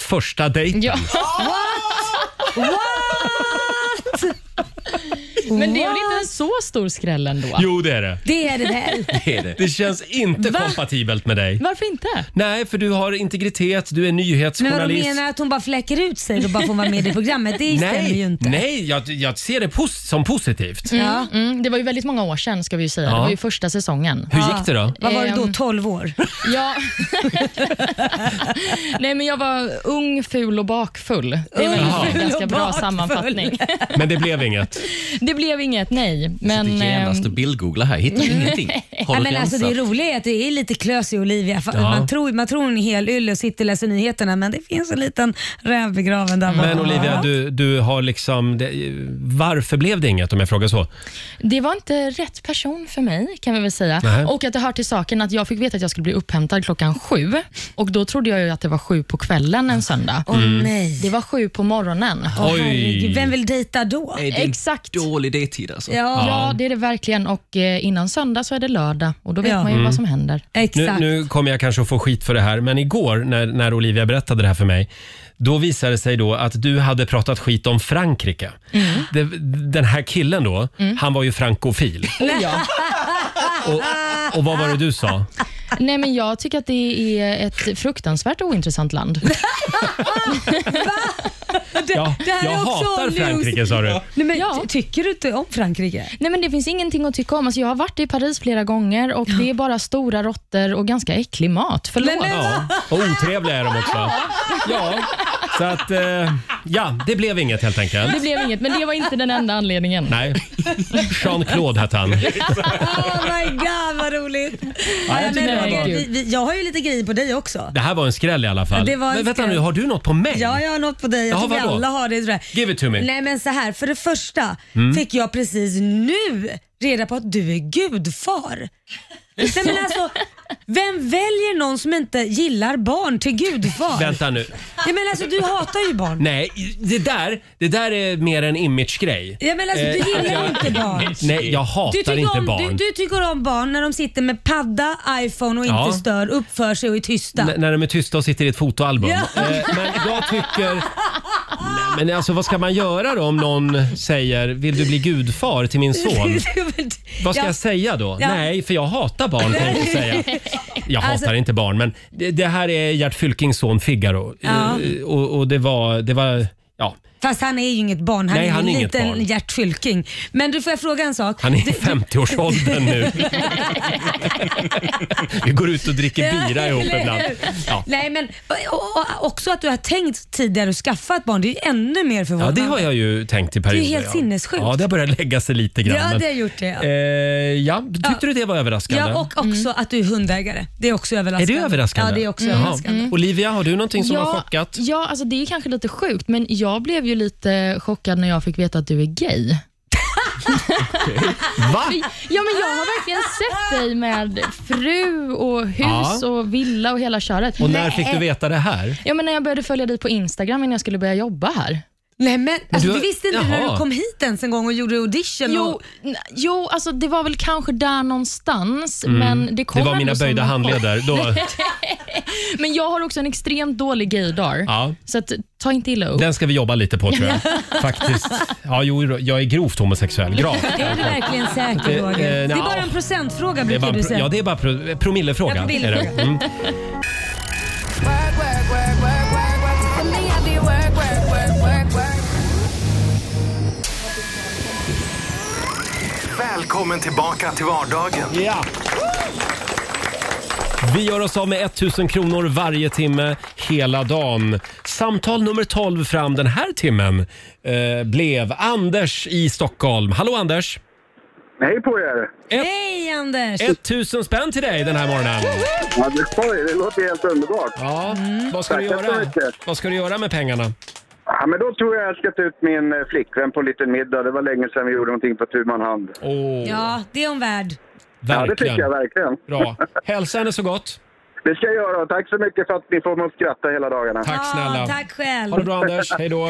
Första dejten.
What? What? Men det är väl inte en så stor skräll ändå?
Jo, det är det.
Det är det väl?
Det känns inte kompatibelt med dig.
Varför inte?
Nej, för du har integritet, du är
Men vad
nyhetsjournalist.
menar att hon bara fläcker ut sig och bara får vara med i programmet? Det stämmer ju
nej,
inte.
nej jag, jag ser det pos- som positivt.
Mm, mm, det var ju väldigt många år sedan ska vi ju säga.
Ja.
Det var ju första säsongen.
Hur gick det då?
Vad var du då,
Ehm,
12 år? *laughs*
Ja. Nej, men jag var ung, ful och bakfull. Det är väl
Ung,
en
ful
ganska
och
bra
bakfull.
sammanfattning.
Men det
*laughs*
blev inget.
Det blev inget nej,
Alltså,
men...
Sitter genast
ehm,
och bildgooglar här, hittar
*laughs*
ingenting. Har
Mm. Nej,
du
men alltså, det
rensat?
roliga är att det är lite klös i Olivia. Fa-
Ja.
Man, tror, man tror hon är hel ylle och sitter och läser nyheterna men det finns en liten räv begraven där
Men
bakom.
Olivia, du, du har liksom... Det, varför blev det inget om jag frågar så?
Det var inte rätt person för mig, kan vi väl säga.
Nej.
Och att det hör till saken att jag fick veta att jag skulle bli upphämtad klockan sju. Och då trodde jag ju att det var sju på kvällen en söndag.
Åh, Mm.
nej.
Det var sju på morgonen.
Åh, Oj. herregud. Vem
vill dejta då?
Nej, det är en
Exakt.
Dålig dejttid alltså.
Ja. ja, det är det verkligen. Och eh, innan söndag så är det lördag och då vet
Ja.
man ju
Mm.
vad som händer.
Nu, nu kommer jag kanske att få skit för det här, men igår när, när Olivia berättade det här för mig, då visade det sig då att du hade pratat skit om Frankrike.
Mm.
Det, den här killen då, han var ju frankofil.
Oh Ja.
Och vad var det du sa?
Nej, men jag tycker att det är ett fruktansvärt ointressant land.
Ja,
det här är
jag
också
hatar
news.
Frankrike sa du.
Nej, men, Tycker du inte om Frankrike?
Nej, men det finns ingenting att tycka om. Alltså, jag har varit i Paris flera gånger och det är bara stora råttor och ganska äcklig mat. Förlåt.
Ja, och otrevliga är de också. Ja, så att, eh, ja, det blev inget helt enkelt.
Det blev inget, men det var inte den enda anledningen.
Nej, *laughs* Jean-Claude hette han.
Oh my god vad roligt.
jag
Ja, men,
tycker det var
Roger,
bra.
vi, vi, jag har ju lite grejer på dig också.
Det här var en skräll i alla fall.
Det var en
men vänta
skräll.
nu, har du något på mig?
Ja, jag har något på dig. Jag
Jaha,
tror vi
vadå?
alla har det. Tror jag.
Give it to me.
Nej men så här, för det första
Mm.
fick jag precis nu reda på att du är gudfar. Nej, men alltså, vem väljer någon som inte gillar barn till gudfar?
Vänta nu.
Nej, men alltså, du hatar ju barn.
Nej, det där, det där är mer en image-grej.
Ja, men alltså, du
Eh,
gillar ju
jag-
inte barn.
*laughs* Nej, jag
Du
hatar
tycker,
inte
om,
barn.
Du, du tycker om barn när de sitter med padda, iPhone och inte
Ja.
stör, uppför sig och är tysta.
N- när de är tysta och sitter i ett fotoalbum.
Ja.
Eh,
*laughs*
men jag tycker... Nej, men alltså vad ska man göra då om någon säger “Vill du bli gudfar till min
*laughs*
son?” Vad ska
Ja.
jag säga då?
Ja.
Nej, för jag hatar barn kan jag inte säga. Jag hatar
Alltså-
inte barn, men det, det här är Gert Fylkings son Figaro.
Ja.
Eh, Och, och det var... Det var ja. *laughs*
Fast han är ju inget barn, han
Nej,
är ju
han är
en
inget barn.
liten Gert Fylking. Men du, får jag fråga en sak?
Han är i
Du-
50-årsåldern
*laughs*
nu. Vi går ut och dricker bira ihop
Eller
ibland.
hur?
Ja.
Nej, men och, och, också att du har tänkt tidigare att skaffa ett barn, det är ju ännu mer
Ja,
förvånande.
det har jag ju tänkt i
Det är ju
perioder.
helt
ja.
sinnessjukt.
Ja, det har börjat lägga sig lite grann.
Ja,
men-
det har gjort det. Ja.
Eh, ja, tyckte du det var överraskande?
Ja, och också att du är hundägare. Det är också
Är
överraskande.
det överraskande?
Ja, det är också
Jaha.
överraskande.
Mm. Olivia, har du någonting som har chockat?
Ja, alltså det är kanske lite sjukt, men jag blev ju lite chockad när jag fick veta att du är gay.
Va?
Ja, men jag har verkligen sett dig med fru och hus
Ja.
och villa och hela köret. eh,
Och när fick du veta det här?
Ja, men när jag började följa dig på Instagram innan jag skulle börja jobba här.
Nej, men alltså,
du-
du, visste inte när
Jaha.
du kom hit ens en gång och gjorde audition?
Jo,
och,
n- jo alltså det var väl kanske där någonstans,
Mm.
men det kom
Det var
ändå
mina
som
böjda
en
handleder.
chock.
Då-
*laughs* men jag har också en extremt dålig gaydar,
Ja.
så att, ta inte illa upp.
Den ska vi jobba lite på
*laughs*
tror jag. Faktiskt. Ja, jo, jag är grovt homosexuell.
*laughs*
Gravt.
är du verkligen
Det-
säker
eh,
Roger? det
nja.
är bara en procentfråga
Det är
brukar
bara,
du
pro-
säga.
ja, det är bara pro- promillefråga.
Ja, promillefråga.
Är det. Mm.
Välkommen tillbaka till vardagen.
Ja. Vi gör oss av med 1000 kronor varje timme hela dagen. Samtal nummer 12 fram den här timmen eh, blev Anders i Stockholm. Hallå Anders!
Hej på er!
*laughs* Hej Anders!
1000 spänn till dig den här morgonen.
Ja, det, skoj, det låter helt underbart.
Ja, Vad ska, du göra? Vad ska du göra med pengarna?
Ja, men då tror jag jag ska ta ut min eh, flickvän på en liten middag. Det var länge sedan vi gjorde någonting på tu man hand.
Oh.
Ja, det är hon värd.
Ja, det tycker jag verkligen. *laughs*
Bra. Hälsa henne så gott.
Det ska jag göra. Tack så mycket för att ni får mig att skratta hela dagarna.
Tack snälla.
Tack själv.
Ha det bra Anders, hej då.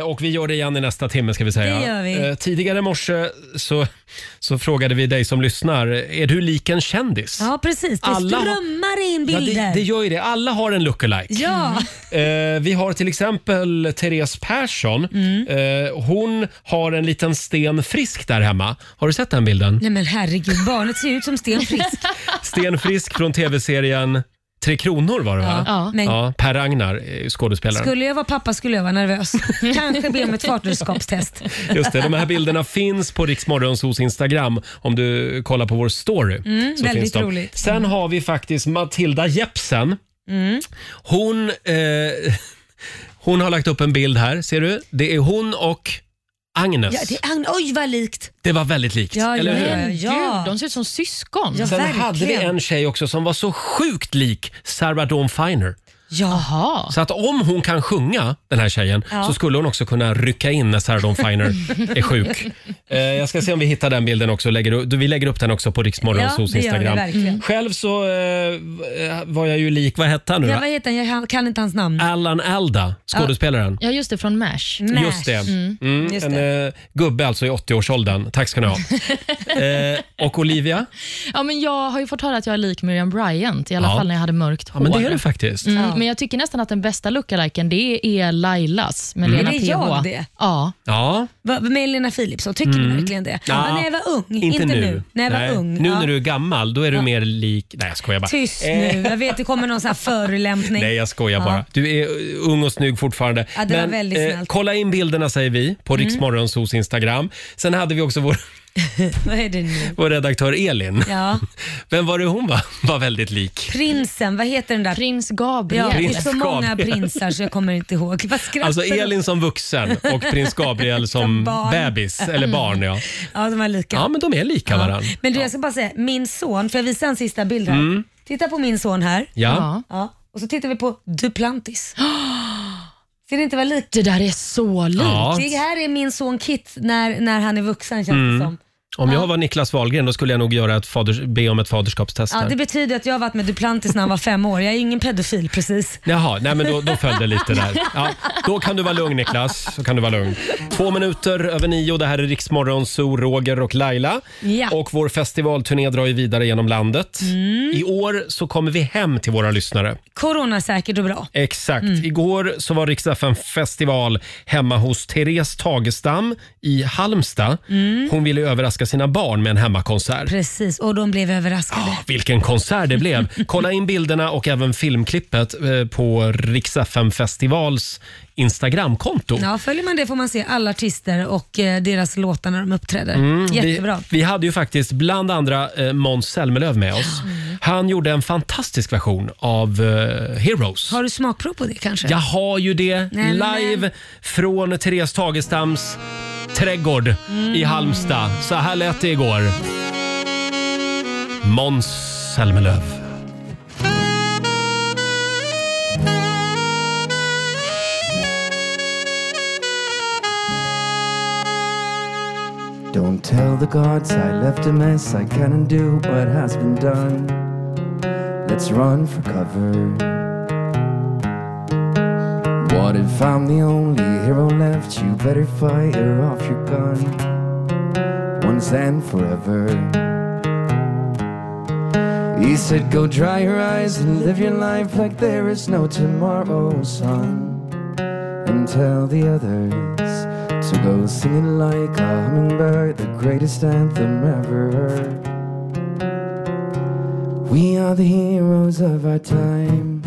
Eh, och vi gör det igen i nästa timme ska vi säga.
Det gör vi.
Eh, tidigare i morse så, så frågade vi dig som lyssnar, är du lik en kändis?
Ja, precis. Det
Alla har-
strömmar in
Ja,
bilder.
det, det gör ju det. Alla har en lookalike.
Ja.
Eh, vi har till exempel Therese Persson.
Mm.
Eh, hon har en liten sten frisk där hemma. Har du sett den bilden?
Nej men herregud, barnet ser ut som Sten Frisk.
Sten Frisk från tv-serien Tre Kronor var det va?
Ja, ja. Men-
per Ragnar är ju skådespelaren.
Skulle jag vara pappa skulle jag vara nervös. Kanske be om ett partnerskapstest.
Just det, de här
*laughs*
bilderna finns på Riksmorgonsos Instagram om du kollar på vår story.
Mm,
så
väldigt
finns de.
roligt.
Sen har vi faktiskt Matilda Jepsen.
Mm.
Hon, eh, hon har lagt upp en bild här, ser du? Det är hon och Agnes.
Ja, det är Agnes. Oj vad likt.
Det var väldigt likt,
Ja,
eller
ja,
hur?
ja, ja.
De ser ut som syskon.
Sen hade vi en tjej också som var så sjukt lik Sarah Dawn Finer.
Jaha.
Så att om hon kan sjunga, den här tjejen,
Ja.
så skulle hon också kunna rycka in när Sarah Dawn
*laughs*
Finer är sjuk. Eh, jag ska se om vi hittar den bilden också. Lägger, du- vi lägger upp den också på
Ja,
Riksmorgonsos
det gör vi
Instagram.
verkligen.
Själv så eh, var jag ju lik, vad hette han nu
Ja,
då?
vad heter han? Jag kan inte hans namn.
Alan Alda, skådespelaren.
Ja, just det. Från MASH.
Just det. Mm.
Just
en eh, gubbe alltså i 80-årsåldern. Tack ska ni
*laughs*
ha. eh, och Olivia?
Ja, men jag har ju fått höra att jag är lik Miriam Bryant, i alla
Ja.
fall när jag hade mörkt
Ja,
hår.
men det är du faktiskt.
Mm,
Ja.
Men jag tycker nästan att den bästa lookaliken det är Lailas med
Mm.
Lena
Men
är
PH.
jag det?
Ja.
Ja.
Va- Med Elena Philipsson, tycker
Mm.
ni verkligen det?
Ja.
Ja, när jag var ung.
Inte, nu.
När jag var
Nej.
ung.
Nu
ja.
när du är gammal, då är du
Ja.
mer lik... Nej, jag skojar bara.
Tyst
Eh,
nu. Jag vet det kommer någon sån här förolämpning.
Nej, jag skojar bara. Du är eh, ung och snygg fortfarande. eh,
Ja, det var väldigt snällt.
kolla in bilderna säger vi på
Mm.
Riksmorgonsos Instagram. Sen hade vi också vår,
*laughs*
*laughs*
Vad är det nu?
vår redaktör Elin.
Ja.
Vem var det hon var, *laughs* var väldigt lik?
Prinsen, vad heter den där?
Prins Gabriel.
Ja,
Prins
det är så många
Gabriel.
prinsar så jag kommer inte ihåg. Vad skrattar
Alltså
du?
Elin som vuxen och prins Gabriel som
*laughs* Som barn.
bebis, eller barn ja.
Ja, de var lika.
Ja, men de är lika varandra.
Men du, jag ska bara säga, min son, för jag visar en sista bild här.
Mm.
Titta på min son här.
Ja.
ja. Och så tittar vi på
*gasps*
Duplantis. Ser det inte vara likt?
Det där är så likt.
Ja.
Det här är min son Kit när, när han är vuxen känns det
Mm.
som.
Om jag var Niklas Wahlgren då skulle jag nog göra ett faders, be om ett faderskapstest.
Ja,
här.
det betyder att jag har varit med Duplantis när han var fem år. Jag är ingen pedofil precis.
Jaha, nej men då, då föll det lite där. Ja, då kan du vara lugn Niklas. Så kan du vara lugn. Två minuter över nio. Det här är Riksmorgon, Zoo, Roger och Laila.
Ja.
Och vår festivalturné drar ju vidare genom landet.
Mm.
I år så kommer vi hem till våra lyssnare.
Coronasäkert och bra.
Exakt.
Mm.
Igår så var Riksdagen festival hemma hos Therese Tagestam i Halmstad.
Mm.
Hon ville överraska sina barn med en hemmakonsert.
Precis, och de blev överraskade.
Vilken konsert det
*laughs*
blev! Kolla in bilderna och även filmklippet eh, på Rix FM festivals Instagramkonto.
Ja, följer man det får man se alla artister och eh, deras låtar när de uppträder.
Mm,
Jättebra.
Vi, vi hade ju faktiskt bland andra eh, Måns Zelmerlöw med oss.
Mm.
Han gjorde en fantastisk version av eh, Heroes.
Har du smakprov på det kanske?
Jag har ju det
Nej, men-
live från Therese Tagestams trädgård
Mm.
i Halmstad. Så här lät det igår. Måns Zelmerlöw.
Don't tell the gods I left a mess. I can undo what has been done. Let's run for cover. What if I'm the only hero left? You better fire off your gun once and forever. He said, Go dry your eyes and live your life like there is no tomorrow, son. And tell the others to go singing like a hummingbird, the greatest anthem ever heard. We are the heroes of our time.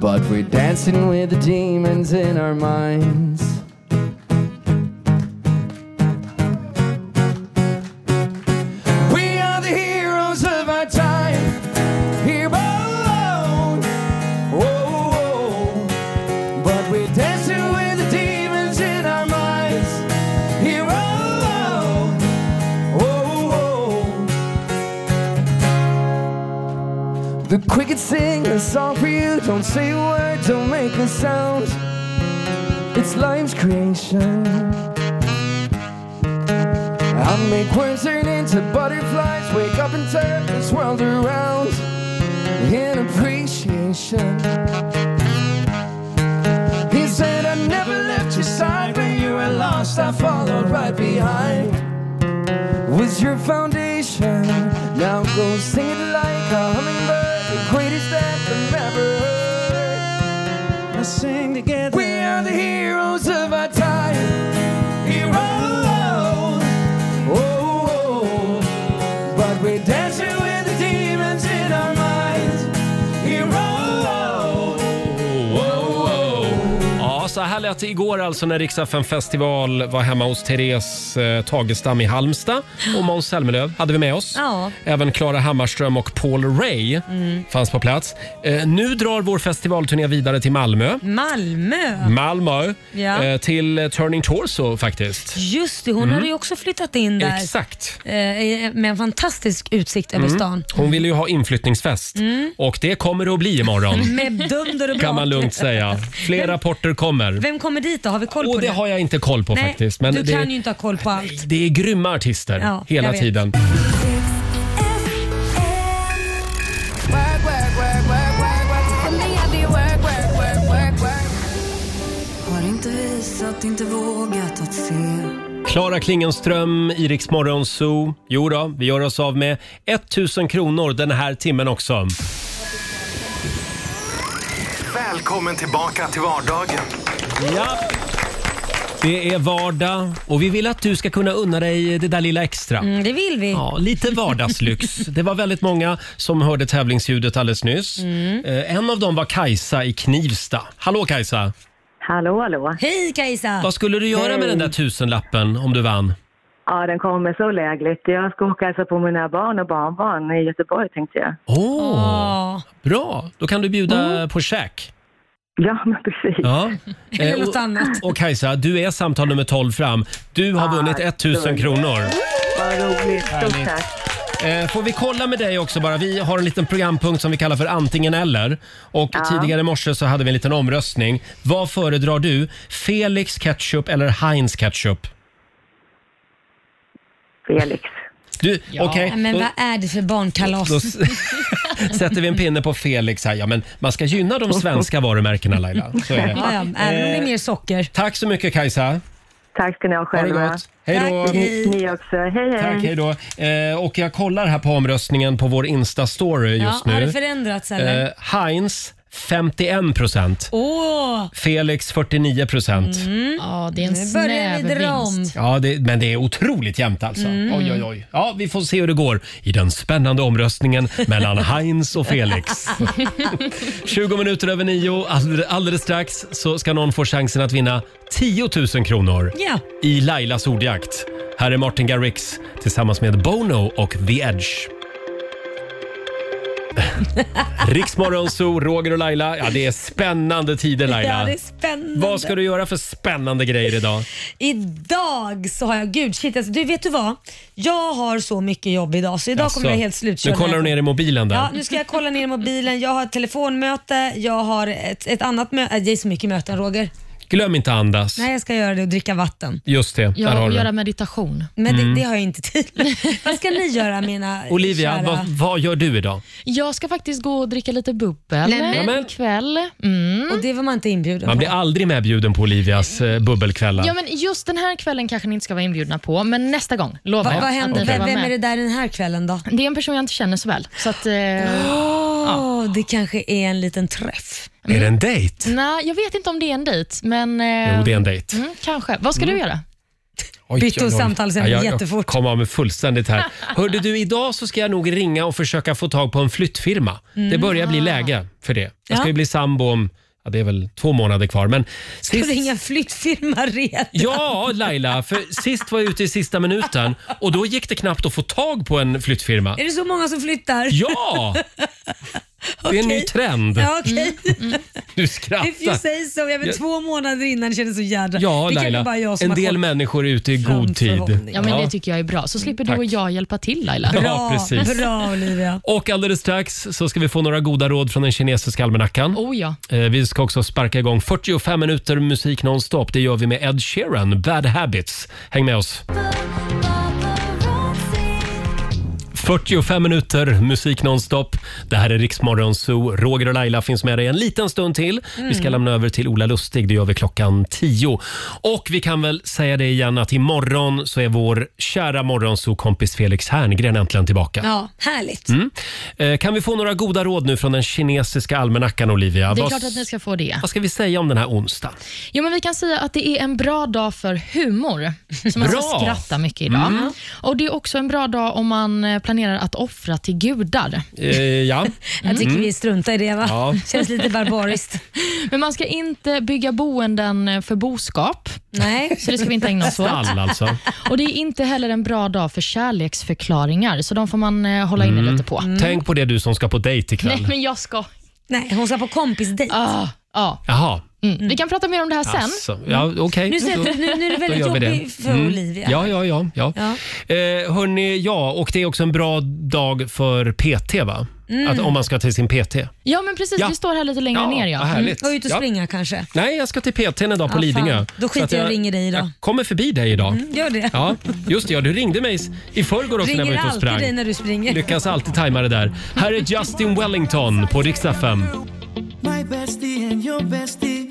But we're dancing with the demons in our minds.
We are the heroes of our time. Hero. Oh, oh, oh. But we're dancing with the demons in Oh,
could sing a song for you. Don't say a word, don't make a sound. It's life's creation. I make worms turn into butterflies. Wake up and turn this world around in appreciation.
He said, I never left your side when you were lost. I followed right behind.
was your foundation. Now go sing it like a hummingbird, the greatest anthem ever heard. Let's sing together.
We are the heroes of our time. Heroes. Oh, oh, oh. But we're dancing with the demons in our minds. Heroes.
Oh,
Ja, så här lät det igår alltså när Rix FM festival var hemma hos Therese eh, Tagestam i Halmstad och Måns Zelmerlöw hade vi med oss.
Ja.
Även Klara Hammarström och Paul Ray
Mm.
fanns på plats. Eh, nu drar vår festivalturné vidare till Malmö.
Malmö.
Malmö.
Ja.
Eh, till eh, Turning Torso faktiskt.
Just det, hon
Mm.
hade ju också flyttat in där.
Exakt.
Eh, med en fantastisk utsikt över
Mm.
stan.
Hon ville ju ha inflyttningsfest
Mm.
och det kommer det att bli
*laughs*
imorgon.
Med dunder och brak.
kan man lugnt säga. Fler rapporter kommer.
Vem kommer dit då? Har vi koll
Och
på det?
det har jag inte koll på
Nej,
faktiskt. Men
du
det,
kan ju inte ha koll på allt.
det är grymma artister
Ja, jag
hela
vet.
tiden.
Work, work, work, work, work, work. Tell me I be work, work, work, work, work. Har inte visat, inte vågat att se.
Klara Klingenström, Iriks Morgonzoo. Jo då, vi gör oss av med 1000 kronor den här timmen också.
Välkommen tillbaka till vardagen.
Ja. Det är vardag och vi vill att du ska kunna unna dig det där lilla extra.
Mm, det vill vi.
Ja, lite vardagslyx. Det var väldigt många som hörde tävlingsljudet alldeles nyss. Eh, En av dem var Kajsa i Knivsta. Hallå Kajsa!
Hallå, hallå.
Hej Kajsa!
Vad skulle du göra med den där tusenlappen om du vann?
Ja, den kommer så lägligt. Jag ska åka och hälsa på mina barn och barnbarn i Göteborg tänkte jag.
Åh, bra! Då kan du bjuda på käk.
Ja, men precis.
Ja.
Eller
Eh, och-
något annat.
Och Kajsa, du är samtal nummer 12 fram. Du
Ah,
har vunnit 1000 kronor.
Vad roligt. Stort
Härligt.
tack.
Eh, Får vi kolla med dig också bara. Vi har en liten programpunkt som vi kallar för antingen eller. Och
Ja.
tidigare i morse så hade vi en liten omröstning. Vad föredrar du? Felix ketchup eller Heinz ketchup?
Felix.
Du, okej.
Ja, Men
då-
vad är det för barnkalas?
då s- *laughs* Sätter vi en pinne på Felix här. Ja, men man ska gynna de
*laughs*
svenska varumärkena Laila. Så är det. Eh,
Ja, ja, även om det är mer socker.
Tack så mycket Kajsa.
Tack ska ni ha själva.
gott. Hej då.
Tack, Ni ni också. Hej, hej.
Tack, hej då. Eh, och jag kollar här på omröstningen på vår Insta-story just
ja,
nu.
Har det förändrats eller?
Eh, Heinz 51 procent.
Åh!
Felix 49
Mm.
procent.
Ja, det är en
Mm. Nu börjar vi
snäv
dra om.
vinst.
Ja, det, men det är otroligt jämnt alltså. Oj, oj, oj. Ja, vi får se hur det går i den spännande omröstningen mellan Heinz och Felix. 20 minuter över nio. Alldeles, alldeles strax så ska någon få chansen att vinna 10 000 kronor
Ja.
i Lailas ordjakt. Här är Martin Garrix tillsammans med Bono och The Edge.
*laughs*
Riksmorgon, så Roger och Laila. Ja, det är spännande tider *laughs* Laila.
*laughs* Ja, det är spännande.
Vad ska du göra för spännande grejer idag?
Idag så har jag, gud shit alltså, du vet du vad? Jag har så mycket jobb idag så idag kommer jag
Alltså,
vara helt slutkörd.
Nu kollar du ner i mobilen där.
Ja, nu ska jag kolla ner i mobilen. Jag har ett telefonmöte, jag har ett, ett annat möte. Det är så mycket möten Roger.
Glöm inte att andas.
Nej, jag ska göra det och dricka vatten.
Just det, där har du det.
meditation. Men
Mm.
det, det har jag inte tid med.
*laughs*
Vad ska ni göra mina
Olivia,
kära?
vad, vad gör du idag?
Jag ska faktiskt gå och dricka lite bubbel
Nej, men-
Nämen.
ikväll. Mm.
Och det var man inte inbjuden
Man
på.
blir aldrig medbjuden på Olivias eh, bubbelkvällar.
Ja, men just den här kvällen kanske ni inte ska vara inbjudna på, men nästa gång lovar
Va,
jag
vad
att ni
händer?
ska
Vem,
vara
vem
med.
är det där den här kvällen då?
Det är en person jag inte känner så väl. Så att, eh,
Åh, Det kanske är en liten träff.
Är det en dejt?
Nej, jag vet inte om det är en dejt, men... eh,
Jo, det är en dejt.
Mm, kanske. Vad ska
Mm.
du göra?
Oj,
Bytte
oj, oj.
samtalsämne
Ja, jag-
jättefort.
Jag kom av mig fullständigt
*laughs*
här. Hörde du, idag så ska jag nog ringa och försöka få tag på en flyttfirma.
Mm.
Det börjar bli läge för det. Jag ska
Ja.
ju bli sambo om, ja, det är väl två månader kvar. Men
Ska
sist,
ringa flyttfirma redan?
Ja, Laila, för sist var jag ute i sista minuten och då gick det knappt att få tag på en flyttfirma.
Är det så många som flyttar?
Ja! Det är en ny trend.
*laughs* Ja,
Mm.
okej.
Du
If you say
skrattar.
so. Jag vet,
Ja.
två månader innan kändes så jävla...
Ja,
det kanske
Laila.
bara jag som
En
har
del
fått-
människor är ute i god tid.
Ja, men Det tycker jag är bra. Så slipper du
Tack.
och jag hjälpa till Laila.
Bra, Ja, precis.
Bra Olivia.
Och alldeles strax så ska vi få några goda råd från den kinesiska almanackan.
Oh, ja.
Eh, Vi ska också sparka igång 45 minuter musik nonstop. Det gör vi med Ed Sheeran, Bad Habits. Häng med oss. 45 minuter musik nonstop. Det här är Riksmorgon Zoo. Roger och Laila finns med dig en liten stund till. Vi ska
Mm.
lämna över till Ola Lustig. Det gör vi klockan 10. Och vi kan väl säga det igen att imorgon så är vår kära morgonzoo-kompis Felix Herngren äntligen tillbaka.
Ja, härligt.
Mm. Eh, Kan vi få några goda råd nu från den kinesiska almanackan, Olivia?
Det är
Vad-
klart att ni ska få det.
Vad ska vi säga om den här onsdagen?
Jo, men vi kan säga att det är en bra dag för humor. Så man
Bra.
ska skratta mycket idag.
Mm.
Och Det är också en bra dag om man eh, planerar att offra till gudar.
Eh, ja.
Jag tycker
Mm.
vi struntar i det va?
Ja.
*laughs* Känns lite barbariskt.
*laughs* Men man ska inte bygga boenden för boskap.
Nej.
Så det ska vi inte ägna oss åt.
Stall, alltså.
*laughs* Och det är inte heller en bra dag för kärleksförklaringar, så de får man eh, hålla inne
Mm.
lite på.
Tänk på det du som ska på dejt ikväll.
Nej, men jag ska.
Nej, hon ska på kompisdejt.
Ah, ah.
Jaha.
Mm. Vi kan prata mer om det här sen.
Alltså, ja, okej.
Nu ser-
Då-
nu- nu är det
då
väldigt
gör vi Mm.
jobbigt för Olivia.
Ja, ja, ja. ja. Eh, hörni, ja, och det är också en bra dag för PT, va?
Mm.
Att, om man ska till sin PT.
Ja, men precis.
Ja.
Vi står här lite längre
Ja,
ner. Ja. Mm.
vad härligt.
Och ut och
Ja.
springa kanske.
Nej, jag ska till PT en dag på
Ja,
Lidingö.
fan.
Så
Då skiter
att
jag och ringer dig idag.
Jag kommer förbi dig idag.
Mm, gör det.
Ja, just det. Ja, du ringde mig s- i förrgår också när jag
Ringer
var ute och
alltid
sprang.
dig när du
*laughs*
springer.
Lyckas alltid tajma det där. Här är Justin Wellington på Rix FM.
*laughs* My bestie and your bestie